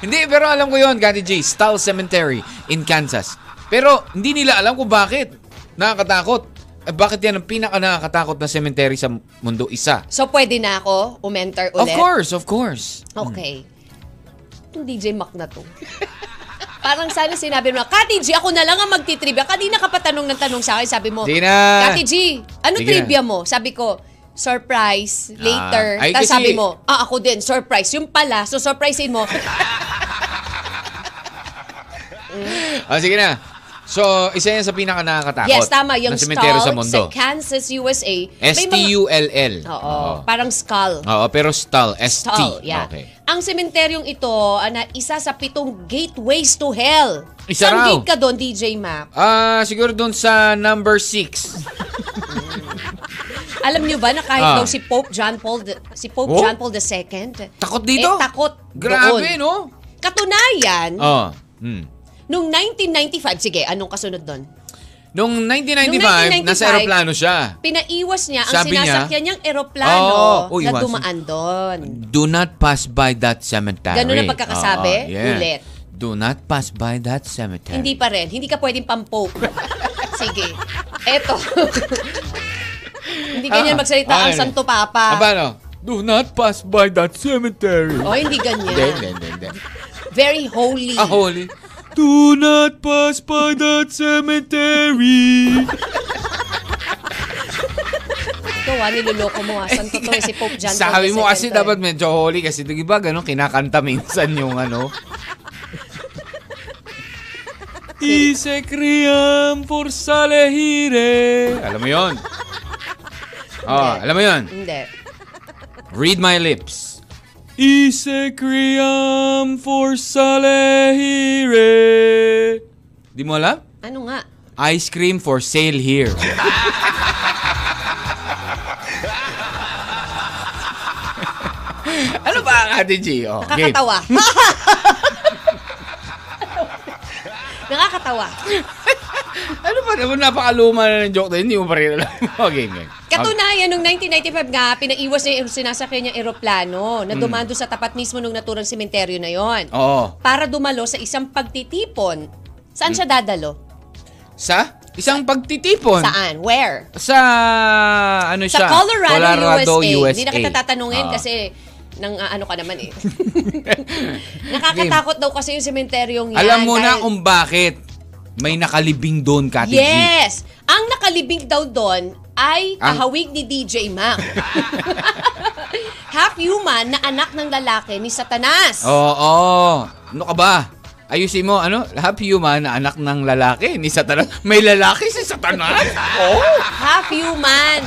hindi, pero alam ko yon Kati J. Stahl Cemetery in Kansas. Pero hindi nila alam kung bakit. Nakakatakot. Eh, bakit yan ang pinaka nakakatakot na cemetery sa mundo? Isa. So pwede na ako umenter Of ulit? course, of course. Okay. Itong DJ Mac na to. Parang sana sinabi mo, Kati G, ako na lang ang magtitrivia. Kanina ka patanong ng tanong sa akin, sabi mo, Di na. Kati G, ano Sige trivia na. Ah, mo? Sabi ko, surprise, later. ay, Tapos kasi- sabi mo, ah, ako din, surprise. Yung pala, so surprisein mo. Ah, sige na. So, isa yan sa pinaka nakakatakot. Yes, tama. Yung na sementeryo skull sa mundo. Kansas, USA. may mga- S-T-U-L-L. Oo, parang skull. Oo, pero stall. S-T. Skull, yeah. Ah, Okay. Ang sementeryong ito, ana, isa sa pitong gateways to hell. Isa Saan raw. gate ka doon, DJ Map? Ah, siguro doon sa number 6. Alam nyo ba na kahit Ah. daw si Pope John Paul the- si Pope Oh? John Paul II Takot dito? Eh, takot Grabe, no? doon. Katunayan, Oo. Hmm. nung 1995, sige, anong kasunod doon? Noong 1995, Noong 1995, nasa aeroplano siya. Pinaiwas niya ang Sabi niya, sinasakyan niyang eroplano Oo, uy, na iwasan. dumaan doon. Do not pass by that cemetery. Ganun ang pagkakasabi? Oo, yeah. Ulit. Do not pass by that cemetery. Hindi pa rin. Hindi ka pwedeng pampoke. sige. Eto. hindi ganyan Ah, magsalita ah, ang ano? Santo Ah, Papa. paano? Do not pass by that cemetery. O, hindi Hindi, hindi, ganyan. hindi, hindi. Very holy. Ah, holy. Do not pass by that cemetery. Ikaw, ha, ah, niloloko mo, ha. Santo to, eh, si Pope John Paul Sabi mo kasi II. dapat medyo holy kasi di ba ganun kinakanta minsan yung ano. Ise criam por salehire. Alam mo yon. Oh, Hindi. alam mo yon. Hindi. Read my lips. Ise criam for salehire. Di mo alam? Ano nga? Ice cream for sale here. ano ba ang ating G? Oh, game. Nakakatawa. Nakakatawa. Ano ba naman napakaluma na ng joke na yun, hindi mo pa rin alam. oh, game, game. Katunayan, noong 1995 nga, pinaiwas niya yung sinasakyan niyang eroplano na dumando sa tapat mismo ng naturang sementeryo na yon. Okay. Mm. Oo. Para dumalo sa isang pagtitipon. Saan Mm. siya dadalo? Sa? Isang pagtitipon. Saan? Where? Sa, ano Sa siya? Colorado, USA. USA. Hindi na kita tatanungin Ah. kasi nang ah, ano ka naman eh. Nakakatakot daw kasi yung sementeryong yan. Alam mo na dahil- kung bakit may nakalibing doon, Kati G. Yes! Ang nakalibing daw doon ay Ang- kahawig ni DJ Mac. Half-human na anak ng lalaki ni Satanas. Oo. Ano ka ba? Ayusin mo, ano? Half human na anak ng lalaki ni Satanas. May lalaki si Satanas? Oo. Half-human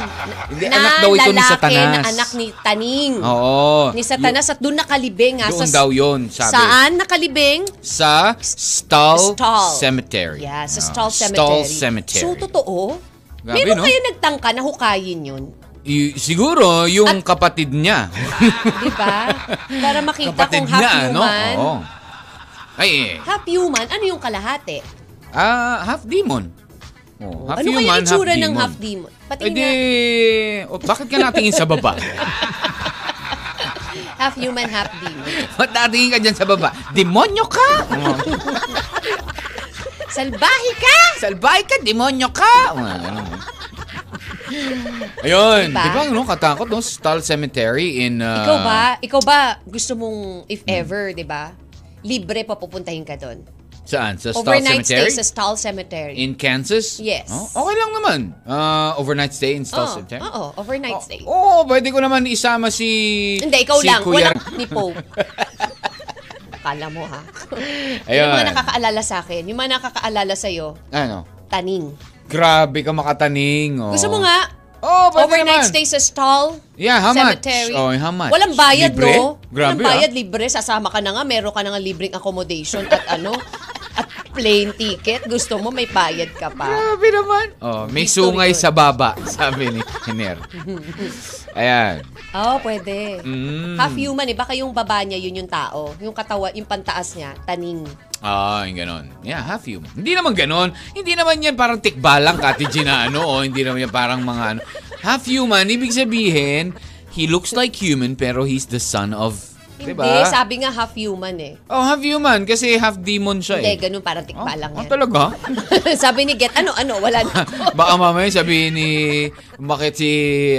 Hindi, na anak daw ito ni lalaki na Satanas. anak ni Taning. Oo. Ni Satanas at doon nakalibing. Yun- ah, Doon sa- daw yun, sabi. Saan nakalibing? Sa Stall, Stall. Cemetery. Yeah, sa Ah, Stall Cemetery. Stall Cemetery. So, totoo? Grabe, no? Meron kaya nagtangka na hukayin yun? Y- siguro, yung kapatid niya. Di ba? Para makita kapatid kung half niya, no? human. Oo. Ay, eh. Half human, ano yung kalahate? ah, half demon. Oh, half ano human, kaya itsura half ng demon. half demon? Pati Eh di, nga, oh, bakit ka natingin sa baba? half human, half demon. Ba't natingin ka dyan sa baba? Demonyo ka! Salbahe ka! Salbay ka, demonyo ka! Ayun, Diba? di ba no, katakot no? Stall Cemetery in... uh, ikaw ba, ikaw ba gusto mong, if ever, di ba, libre pa pupuntahin ka doon? Saan? Sa Hmm. Stall Overnight Cemetery? stay sa Stahl Cemetery. In Kansas? Yes. Oh, okay lang naman. Uh, overnight stay in Stall Oo, Cemetery? Oh, oo, overnight stay. Oo, oh, pwede ko naman isama si... Hindi, ikaw si lang. Kuya- Walang ni Pope. Akala mo ha. Ayun. Yung mga nakakaalala sa akin, yung mga nakakaalala sa'yo, Ano? taning. Grabe ka makataning. Oh. Gusto mo nga, Oh, pwede overnight naman. stay sa stall, Yeah, how much? cemetery. Oh, how much? Walang bayad, Libre? no? Grabe, Walang bayad, ah. libre. Sasama ka na nga, meron ka na nga libreng accommodation at ano, at plane ticket. Gusto mo, may bayad ka pa. Grabe naman. Oh, may History sungay yun. sa baba, sabi ni Hiner. Ayan. Oo, Oh, pwede. Mm. Half human, eh. Baka yung baba niya, yun yung tao. Yung katawa, yung pantaas niya, taning. Ah, yung ganon. Yeah, half human. Hindi naman ganon. Hindi naman yan parang tikbalang Kati Ginano o hindi naman yan parang mga ano. Half human, ibig sabihin, he looks like human pero he's the son of... Diba? Hindi, sabi nga half human eh. Oh, half human kasi half demon siya Hindi, eh. ganun parang tikpa lang oh, yan. talaga? sabi ni Get, ano, ano, wala na ako. Baka mamaya sabihin ni... Bakit si...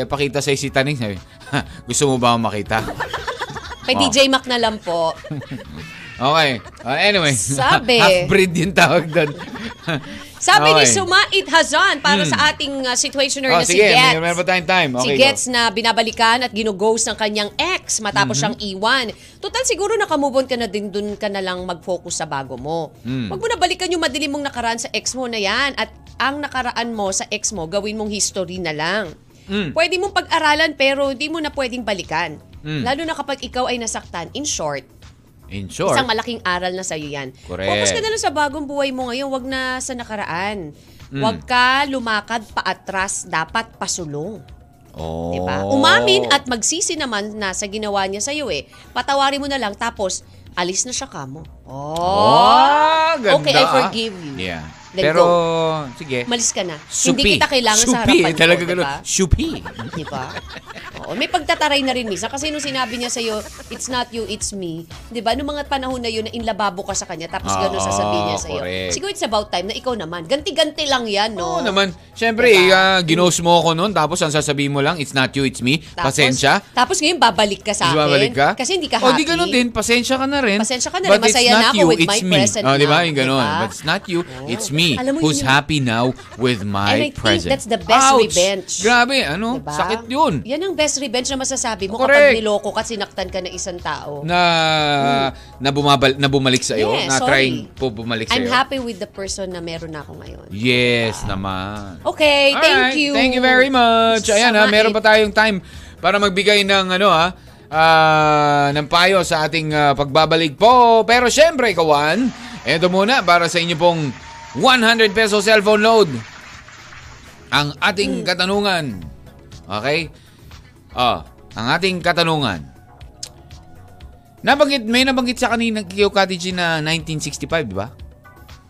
Pakita sa'yo si Taning. Sabi, "Ha, gusto mo ba akong makita? Kay Oh. DJ Mac na lang po. Okay. Uh, anyway. Sabi. Half-breed yung tawag doon. Sabi ni Okay. Hmm. Suma Ithazan para sa ating uh, situationer Oh, na sige, si Gets. may- meron pa tayong time. Okay, si go. Gets na binabalikan at ginughost ng kanyang ex Mhm. matapos siyang iwan. Total, siguro nakamove on ka na din dun ka na lang mag-focus sa bago mo. Hmm. Huwag mo na balikan yung madilim mong nakaraan sa ex mo na yan at ang nakaraan mo sa ex mo, gawin mong history na lang. Hmm. Pwede mong pag-aralan pero hindi mo na pwedeng balikan. Hmm. Lalo na kapag ikaw ay nasaktan. In short, In short, Isang malaking aral na sa'yo yan. Correct. Focus ka na lang sa bagong buhay mo ngayon, wag na sa nakaraan. Mm. Wag ka lumakad paatras, dapat pasulong. oh. Diba? Umamin at magsisi naman na sa ginawa niya sa'yo eh. Patawarin mo na lang tapos alis na siya kamo. Oh! Oh, ganda. Okay, I ah. forgive you. Yeah. Then Pero, go. sige. Malis ka na. Supi. Hindi kita kailangan Supi, sa eh, harapan talaga ko, diba? ganun. Supi. Di ba? Oo, may pagtataray na rin minsan. Kasi nung sinabi niya sa'yo, it's not you, it's me. Di ba? Nung mga panahon na yun na inlababo ka sa kanya, tapos Oo, gano'n sasabihin niya sa'yo. correct. Siguro it's about time na ikaw naman. Ganti-ganti lang yan, Oo no? naman. Siyempre, Diba? ah, ginost mo ako noon, tapos ang sasabihin mo lang, it's not you, it's me. Tapos- Pasensya. Tapos ngayon, babalik ka sa akin. Babalik ka? Kasi hindi ka O, happy. di ganun din. Pasensya ka na rin. Pasensya ka na rin. Masaya na ako with my present O, Oh, di ba? now, Yung ganun. diba? But it's not you, Oo. it's me Alam mo, who's yun yung- happy now with And my I think present. that's the best Ouch! revenge. Grabe, ano? Diba? Sakit yun. Yan ang best revenge na masasabi mo Correct. kapag niloko ka at sinaktan ka ng isang tao. Na, na, bumabal, na bumalik sa'yo. Yeah, na sorry. trying po bumalik sa'yo. I'm happy with the person na meron na ako ngayon. Yes naman. Okay, thank Alright, you. Thank you very much. Ayan ha, Sama meron eh. pa tayong time para magbigay ng ano ha, ah, ng payo sa ating ah, pagbabalik po. Pero syempre, kawan, eto muna para sa inyo pong 100 peso cellphone load. Ang Mm. ating katanungan. Okay? Ah, ang ating katanungan. Nabanggit, may nabanggit sa kanina Kiyo Kati G na 1965, di ba?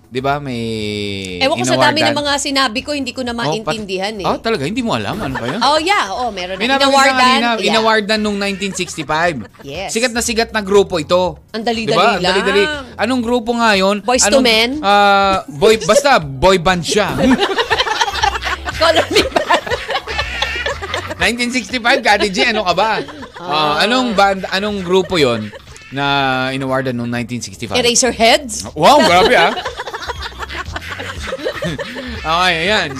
Di ba? May Ewan ko sa dami eh, ng inawardan. mga sinabi ko, hindi ko Oh, na pat- maintindihan eh. Oh, talaga? Hindi mo alam? Ano ba yun? Oh, yeah. Oh, meron na. May nabanggit na kanina, yeah. inawardan nung 1965. Yes. Sikat na sikat na grupo ito. Ang dali-dali Diba? Ang lang. dali-dali. Anong grupo nga yun? Boyz Anong- to Men? Ah, boy, basta boy band siya. Colony ba? 1965, Kati G, ano ka ba? Ah, anong band, anong grupo yon na inawardan nung 1965? Eraser heads? Wow, grabe ah. okay, ayan.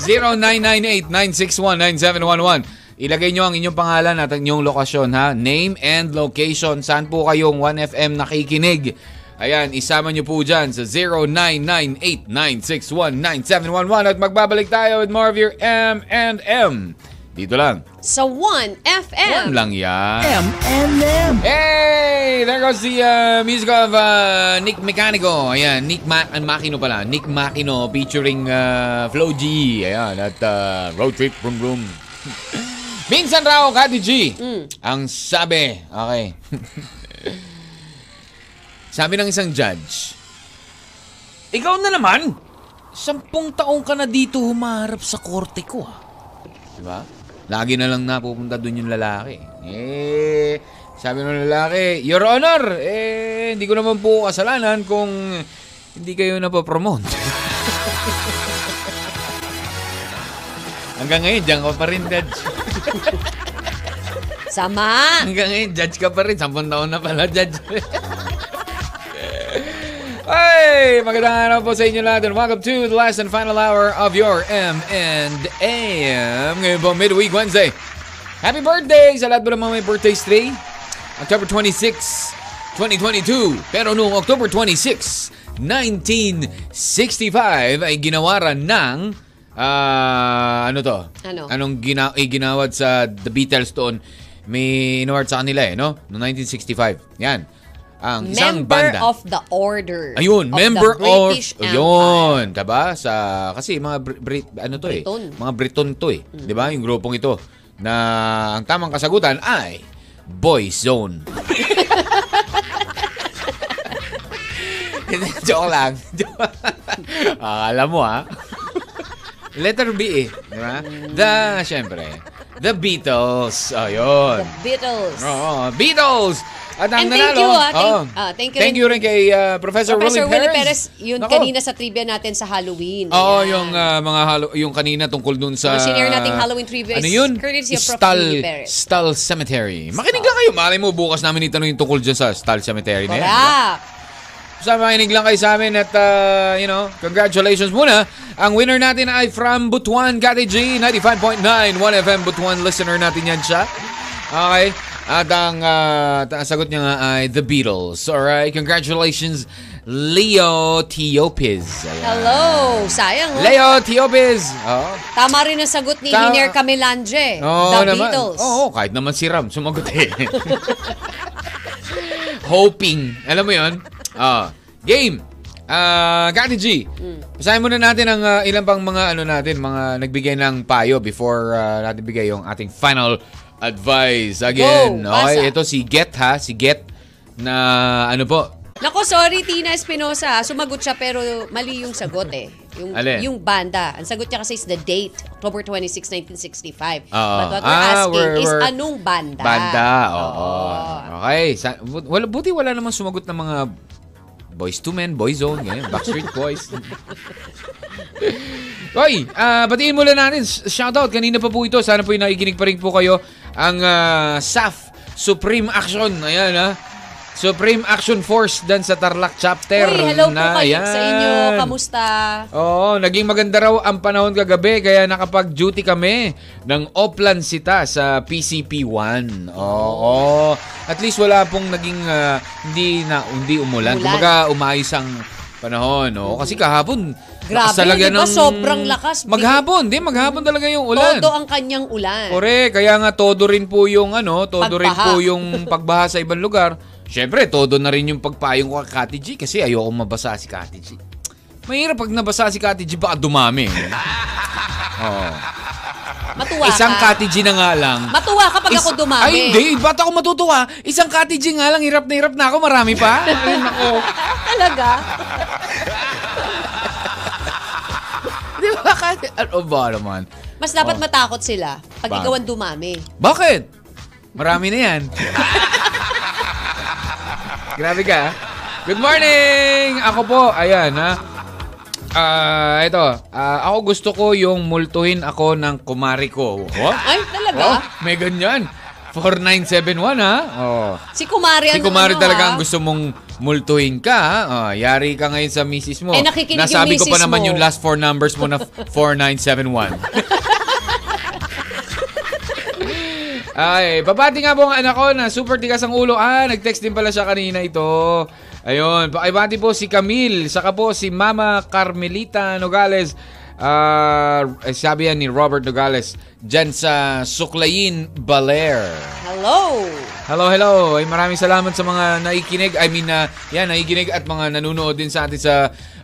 0998-961-9711. Ilagay nyo ang inyong pangalan at ang inyong lokasyon ha. Name and location. Saan po kayong 1FM nakikinig? Ayan, isama nyo po dyan sa 0998-961-9711 at magbabalik tayo with more of your M&M. Dito lang. Sa 1FM. Yan lang yan. M&M. Hey! There goes the uh, music of uh, Nick Mecanico. Ayan, Nick Ma- ah, Makino pala. Nick Makino featuring uh, Flo G. Ayan, at uh, Road Trip Room Room. Minsan raw, Kati G. Ang sabi, okay. sabi ng isang judge, Ikaw na naman! Sampung taong ka na dito humaharap sa korte ko ah. Di ba? Lagi na lang napupunta doon yung lalaki. Eh, sabi ng lalaki, Your Honor, eh, hindi ko naman po kasalanan kung hindi kayo napapromote. Hanggang ngayon, dyan ka pa rin, Judge. Sama. Hanggang ngayon, Judge ka pa rin. Sampung taon na pala, Judge. Ay, magandang araw po sa inyo lahat and welcome to the last and final hour of your M&AM. Ngayon po, midweek Wednesday. Happy birthday sa lahat po ng mga may birthdays today. October 26, 2022. Pero noong October 26, 1965 ay ginawaran ng ah, ano to? Ano? Anong gina- ay ginawad sa The Beatles doon? May inaward sa kanila eh, no? Noong 1965. Yan. Ang Mm, isang member banda. of the order. Ayun, of member the British of Empire. yun, 'di ba? Sa kasi mga Br- Brit ano to eh, Briton. Mm. mga Briton to eh, 'di ba? Yung grupong ito na ang tamang kasagutan ay Boyzone. Joke lang. Joke. Akala mo ah. Letter B eh. Di ba? The, syempre. The Beatles. Ayun. The Beatles. Oo, Beatles! At ang And thank nanalo- you, ah. Thank- Oo. ah, thank you Thank rin- you rin kay ah, Professor, Professor Willie Willie Perez. Perez, yun Nako. kanina sa trivia natin sa Halloween. Oo, Ayan. yung ah, mga halo- yung kanina tungkol dun sa... Mga sinare nating Halloween trivia Ano is yun? courtesy of Prof. Stal, Willie Perez. Stal Diba? Cemetery. Makinig ka kayo. Malay mo, bukas namin itanong yung tungkol dyan sa Stal Cemetery na yan. Correct. Sa makinig lang kayo sa amin at, ah, you know, congratulations muna. Ang winner natin ay from Butuan, Kati G, 95.9, 1FM Butuan. Listener natin yan siya. Okay. At ang ah, ta- sagot niya nga ay The Beatles. Alright, congratulations, Leo Tiopis. Ayan. Hello! Sayang, oh. Leo Oh, Tiopis! Oo. Tama rin ang sagot ni Tama. Hiner Camilandre. Oo eh. the naman. Beatles. Oo, kahit naman si Ram, sumagot eh. Hoping. Alam mo yun? Ah, game. Ah, Kati G, Hmm. basahin muna natin ang ah, ilan pang mga ano natin, mga nagbigay ng payo before ah, natin bigay yung ating final advice. Again, Go, okay, basa. ito si Get ha, si Get na ano po, Nako, sorry Tina Espinosa. Sumagot siya pero mali yung sagot eh. Yung, Alin? yung banda. Ang sagot niya kasi is the date, October 26, Oo. 1965. But what we're Ah, asking we're- is we're- anong banda? Banda, oo. Oo. Okay. Sa, bu- wala, buti wala namang sumagot ng mga boys to men, boyzone, ganyan, backstreet boys. Hoy, ah, batiin muna natin. S- Shoutout, kanina pa po ito. Sana po yung nakikinig pa rin po kayo. Ang ah, SAF, Supreme Action. Ayan, ha. Supreme Action Force dan sa Tarlac Chapter. Uy, hello po na, kayo sa inyo. ayan. Kamusta? Oo, naging maganda raw ang panahon kagabi kaya nakapag-duty kami ng Oplan Sita sa PCP1. Oo. At least wala pong naging ah, hindi na hindi umulan. Umulan. Kumbaga umayos ang panahon, no? Kasi kahapon Grabe, lakas talaga di ba? ng- Sobrang lakas. Maghapon, di maghapon talaga yung ulan. Todo ang kanyang ulan. Kore, kaya nga todo rin po yung ano, todo rin Pagbaha. po yung pagbaha sa ibang lugar. Siyempre, todo na rin yung pagpayong ko kay Kati G kasi ayoko mabasa si Kati G. Mahirap pag nabasa si Kati G, baka dumami. Oo. Matuwa Isang ka. Kati G na nga lang. Matuwa kapag Is- ako dumami. Ay, hindi. Ba't ako matutuwa? Isang Kati G nga lang, hirap na hirap na ako. Marami pa. Ay, nako. Talaga? Di ba, Kati? Ano ba naman? Mas dapat Oh. matakot sila pag Bakit? ikaw ang dumami. Bakit? Marami na yan. Grabe ka. ah. Good morning! Ako po, ayan ha. Ah, ito. Ah, ako gusto ko yung multuhin ako ng kumari ko. Oh? Ay, Oh, talaga? may ganyan. 4971 ha. Oh. Si Kumari Si ang kumari ano, talaga ha? ang gusto mong multuhin ka. ha? Ah, yari ka ngayon sa misis mo. Eh, nakikinig yung Nasabi ko pa misis naman mo. yung last four numbers mo na 4971. Ay, babati nga po ang anak ko na super tigas ang ulo. Ah, nag-text din pala siya kanina ito. Ayun, pakibati po si Camille, saka po si Mama Carmelita Nogales. Ah, sabi yan ni Robert Nogales dyan sa Suklayin, Baler. Hello! Hello, hello. Ay, maraming salamat sa mga naikinig. I mean, na yan, naikinig at mga nanonood din sa atin sa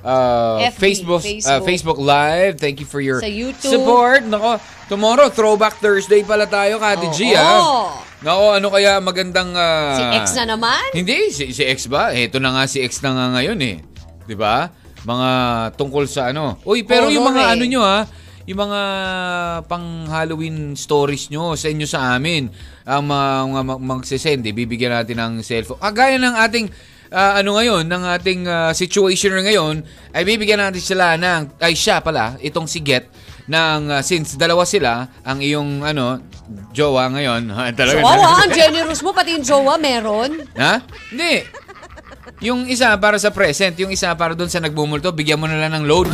uh, FB, Facebook, uh, Facebook. Facebook Live. Thank you for your Sa YouTube. support. Nako, tomorrow, Throwback Thursday pala tayo, Kati G. Oo. ah. Nako, ano kaya magandang... ah, Si X na naman? Hindi, si, si X ba? Eto na nga si X na nga ngayon eh. 'Di ba? Mga tungkol sa ano. Uy, pero yung Horror, mga eh. ano nyo ha, yung mga pang Halloween stories nyo sa inyo sa amin, ang mga, mga mag- magsisend, eh, bibigyan natin ng cellphone. Kagaya ng ating ah, ano ngayon, ng ating ah, situationer ngayon, ay bibigyan natin sila ng, ay siya pala, itong si Get, ng, ah, since dalawa sila, ang iyong, ano, jowa ngayon. Talaga na. Wow, ang generous mo. Pati yung jowa meron. Ha? Hindi. Yung isa para sa present, yung isa para doon sa nagbumulto, bigyan mo na lang ng load.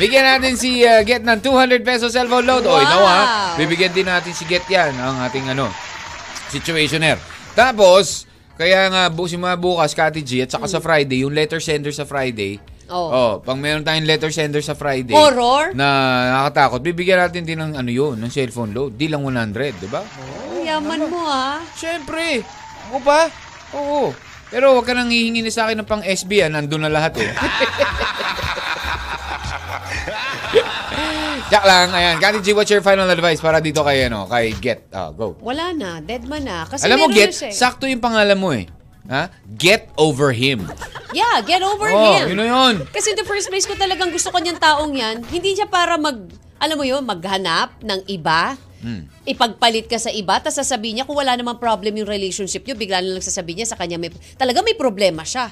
Bigyan natin si uh, Get ng 200 pesos cellphone load. O, ikaw ha. Wow. Bibigyan din natin si Get yan, ang ating ano, situationer. Tapos, kaya nga, bu mga bukas, Kati G, at saka Mm. sa Friday, yung letter sender sa Friday, oh, Oo. pang meron tayong letter sender sa Friday. Oh. Horror? Na nakatakot. Bibigyan natin din ng ano yun, ng cellphone load. Di lang 100, di ba? Ang yaman mo, ah. ha? Siyempre. Ako ba? Oo. Pero wag ka nang hihingi na sa akin ng pang SB, ah. Nandun na lahat, eh. Yak lang, ayan. Kati G, what's your final advice para dito kay, ano, kay Get? Ah, go. Wala na. Dead man na. Kasi Alam mo, meron Get, na siya eh. sakto yung pangalan mo, eh. Ha? Get over him. Yeah, get over oh, him. yun na yun. Kasi in the first place ko talagang gusto ko niyang taong yan, hindi siya para mag, alam mo yun, maghanap ng iba. Hmm. Ipagpalit ka sa iba, tapos sasabihin niya kung wala namang problem yung relationship niyo, bigla na lang sasabihin niya sa kanya, may, talaga may problema siya.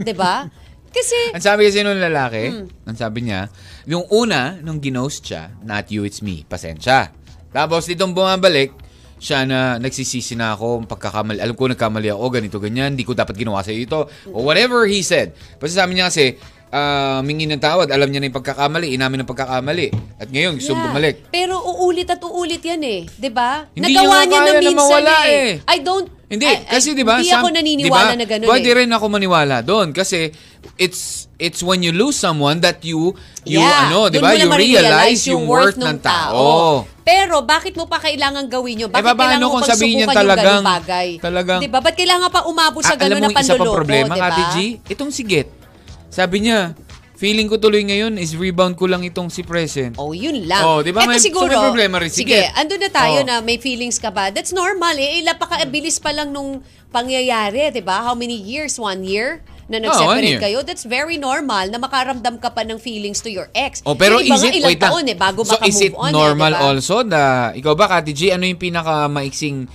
'Di ba? Kasi, Ang sabi kasi nung lalaki, ang sabi niya, yung una, nung ginost siya, not you, it's me, pasensya. Tapos itong bumabalik, siya na nagsisisi na ako, pagkakamali, alam ko nagkamali ako, ganito, ganyan, di ko dapat ginawa sa'yo ito, o whatever he said. Basta sa amin niya kasi, ah, mingi ng tawad, alam niya na yung pagkakamali, inamin ng pagkakamali. At ngayon, gusto Yeah. yeah. bumalik. Pero uulit at uulit yan eh. 'Di ba? Hindi Nagawa niya niya na kaya na minsan mawala eh. eh. I don't... Hindi, I- I- kasi 'di ba? Hindi some- ako naniniwala di ba, na ganun Pwede eh. rin ako maniwala doon kasi it's it's when you lose someone that you you Yeah, ano, 'di doon ba? mo You naman realize yung worth ng tao. Eh, Pero bakit mo pa kailangan gawin yun? Bakit paano kailangan mo kung pang sabihin niya subukan yung talagang- ganung bagay? talagang- 'Di ba? Ba't kailangan pa umabot sa Ah, alam ganun mo na yung isa pang panloloko, problema, 'di ba? Ate G? Itong sigit. Sabi niya, feeling ko tuloy ngayon is rebound ko lang itong si Present. Oh, yun lang. Oh, di ba? Eto May- so may siguro, problema rin. Sige, Sige. andun na tayo Oh. na may feelings ka ba? That's normal eh. Ila pa ka, bilis pa lang nung pangyayari, di ba? How many years? One year? Oh, na one nag-separate year. kayo, that's very normal na makaramdam ka pa ng feelings to your ex. Oh, pero Yung iba is nga it, ilang wait lang. taon eh, bago so makamove is it on eh, normal di ba? also na, ikaw ba, Kati G, ano yung pinaka maiksing,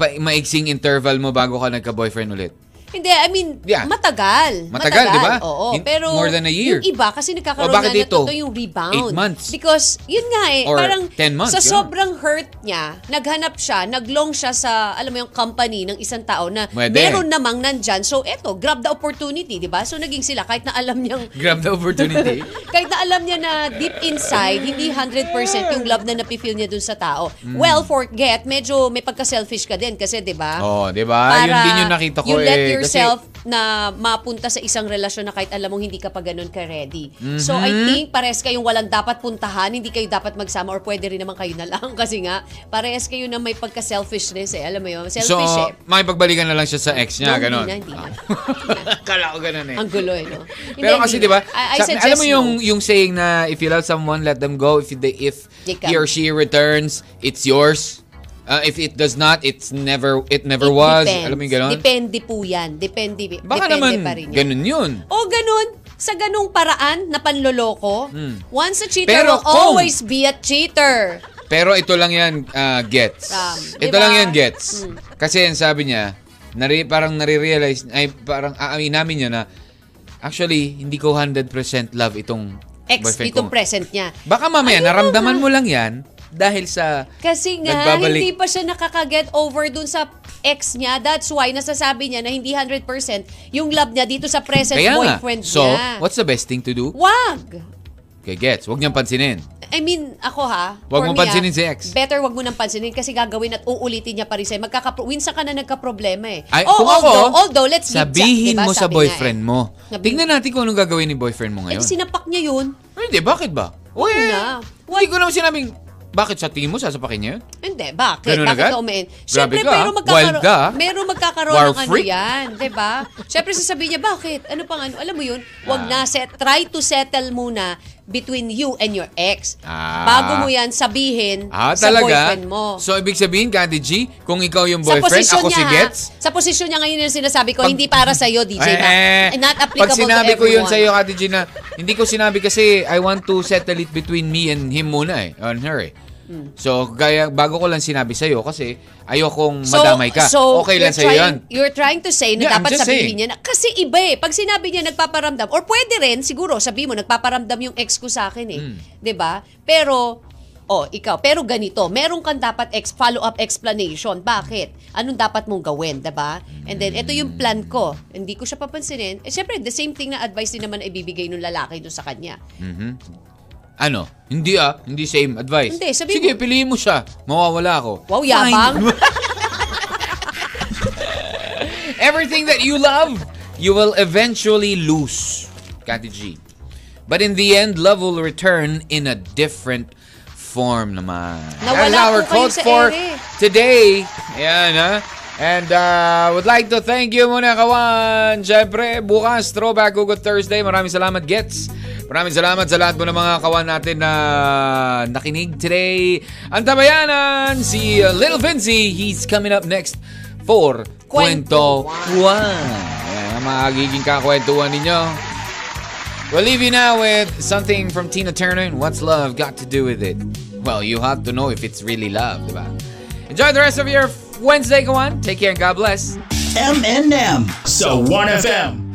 pa, maiksing interval mo bago ka nagka-boyfriend ulit? Hindi, I mean, Yeah. matagal. Matagal, di ba? Oo, In- pero more than a year. yung iba kasi nagkakaroon O, bakit na dito? na totoo yung rebound. Eight months. Because, yun nga eh, Or parang 10 months, sa yun. sobrang hurt niya, naghanap siya, naglong siya sa, alam mo yung company ng isang tao na Pwede. meron namang nandyan. So, eto, grab the opportunity, di ba? So, naging sila kahit na alam niyang Grab the opportunity. kahit na alam niya na deep inside, hindi 100% yung love na napifeel niya dun sa tao. Mm. Well, forget, medyo may pagka-selfish ka din kasi, di ba? Oo, Oh, di ba? Ah, Yun din yung nakita ko Ah. you let eh. yourself na mapunta sa isang relasyon na kahit alam mong hindi ka pa ganun ka-ready. So, I Mm-hmm. think pares kayong walang dapat puntahan, hindi kayo dapat magsama or pwede rin naman kayo na lang kasi nga, pares kayo na may pagka-selfishness eh. Alam mo yun? Kasi, so, Selfish eh. makipagbalikan na lang siya sa ex niya, No, ganon. Hindi na, hindi na. Kala ko ganun eh. Ang gulo eh, no? Pero Hindi, kasi hindi 'di ba? na. I, I sa- suggest alam mo yung no. yung saying na if you love someone, let them go. If they if They come. he or she returns, it's yours. Uh, if it does not, it's never it never It was. depends. Alam mo yung ganun? Depende po yan. Depende, Baka naman depende pa rin yan. ganun 'yun. O ganun, sa ganung paraan na panloloko, once a cheater Hmm. Pero will kung- always be a cheater. Pero ito lang 'yan ah, gets. Um, ito diba? lang 'yan gets. Kasi yan sabi niya, nari, parang nare-realize ay parang ah, inamin niya na actually hindi ko 100% love itong Ex, boyfriend itong ko. present niya. Baka mamaya Ano naramdaman mo lang 'yan dahil sa Kasi nga, Nagbabalik. hindi pa siya nakaka-get over dun sa ex niya. That's why nasasabi niya na hindi 100% yung love niya dito sa present Kaya nga. boyfriend So, niya. what's the best thing to do? Wag! Okay, gets. Huwag niyang pansinin. I mean, ako ha. Huwag for mong me, pansinin ah, si ex. Better wag mo nang pansinin kasi gagawin at uulitin niya pa rin sa'yo. Magkakapro- Winsan ka na nagka-problema eh. Ay, oh, kung although, ako, although, let's meet sabihin siya, diba? mo sa Sabi niya boyfriend eh. mo. Sabi- Tingnan natin kung anong gagawin ni boyfriend mo Eh, ngayon. di sinapak niya yun. Ay, hindi, bakit ba? Uy, na. Hindi ko naman sinabing, bakit sa tingin mo sasapakin niya yun? Hindi, bakit? Ganun bakit agad? ka umiin? Grabe Siyempre, ka, pero ah. magkakaroon, Wild ka, ah. meron magkakaroon War ng ano freak. yan, di ba? Siyempre, sasabihin niya, bakit? Ano pang ano? Alam mo yun, wag Ah. na, set, try to settle muna between you and your ex. Ah. Bago mo yan sabihin Ah, sa talaga? boyfriend mo. So, ibig sabihin, Candy G, kung ikaw yung sa boyfriend, posisyon ako si niya, ha? Gets. Sa posisyon niya ngayon yung sinasabi Pag- ko, Eh, hindi para sa iyo, DJ Mac. eh, Not applicable Pag sinabi to everyone. ko yun sa'yo, Ate Gina, hindi ko sinabi kasi I want to settle it between me and him muna eh, on her eh. Hmm. So, kaya bago ko lang sinabi sa'yo kasi ayokong madamay ka. So, okay lang you're sa'yo trying, yun. You're trying to say na Yeah, I'm dapat just sabihin saying. niya na, kasi iba eh. Pag sinabi niya nagpaparamdam, or pwede rin, siguro, sabi mo, nagpaparamdam yung ex ko sa akin eh. Hmm. 'Di ba? Pero, oh, ikaw, pero ganito, meron kang dapat ex, follow-up explanation. Bakit? Anong dapat mong gawin, 'di ba? And then, ito yung plan ko. Hindi ko siya papansinin. Eh, syempre, the same thing na advice din naman na ibibigay ng lalaki doon sa kanya. Ano? Hindi ah. Hindi same advice. Hindi, sabi Sige, mo. piliin mo siya. Mawawala ako. Wow, Fine. yabang. Everything that you love, you will eventually lose. Kati G. But in the end, love will return in a different form naman. That Nawala is our po kayo quote sa for ere. today. Ayan, ha? And uh, would like to thank you muna, kawan. Siyempre, bukas, Throwback Hugot Thursday. Maraming salamat, Gets. Maraming salamat sa lahat mo ng mga kawan natin na nakinig today. Ang tabayanan, si uh, Little Vinci. He's coming up next for Kwento Kwento 1. Ayan, ang magiging kakwentuhan ninyo. We'll leave you now with something from Tina Turner and what's love got to do with it? Well, you have to know if it's really love, diba? Enjoy the rest of your Wednesday, go on. Take care and God bless. M&M. So 1FM.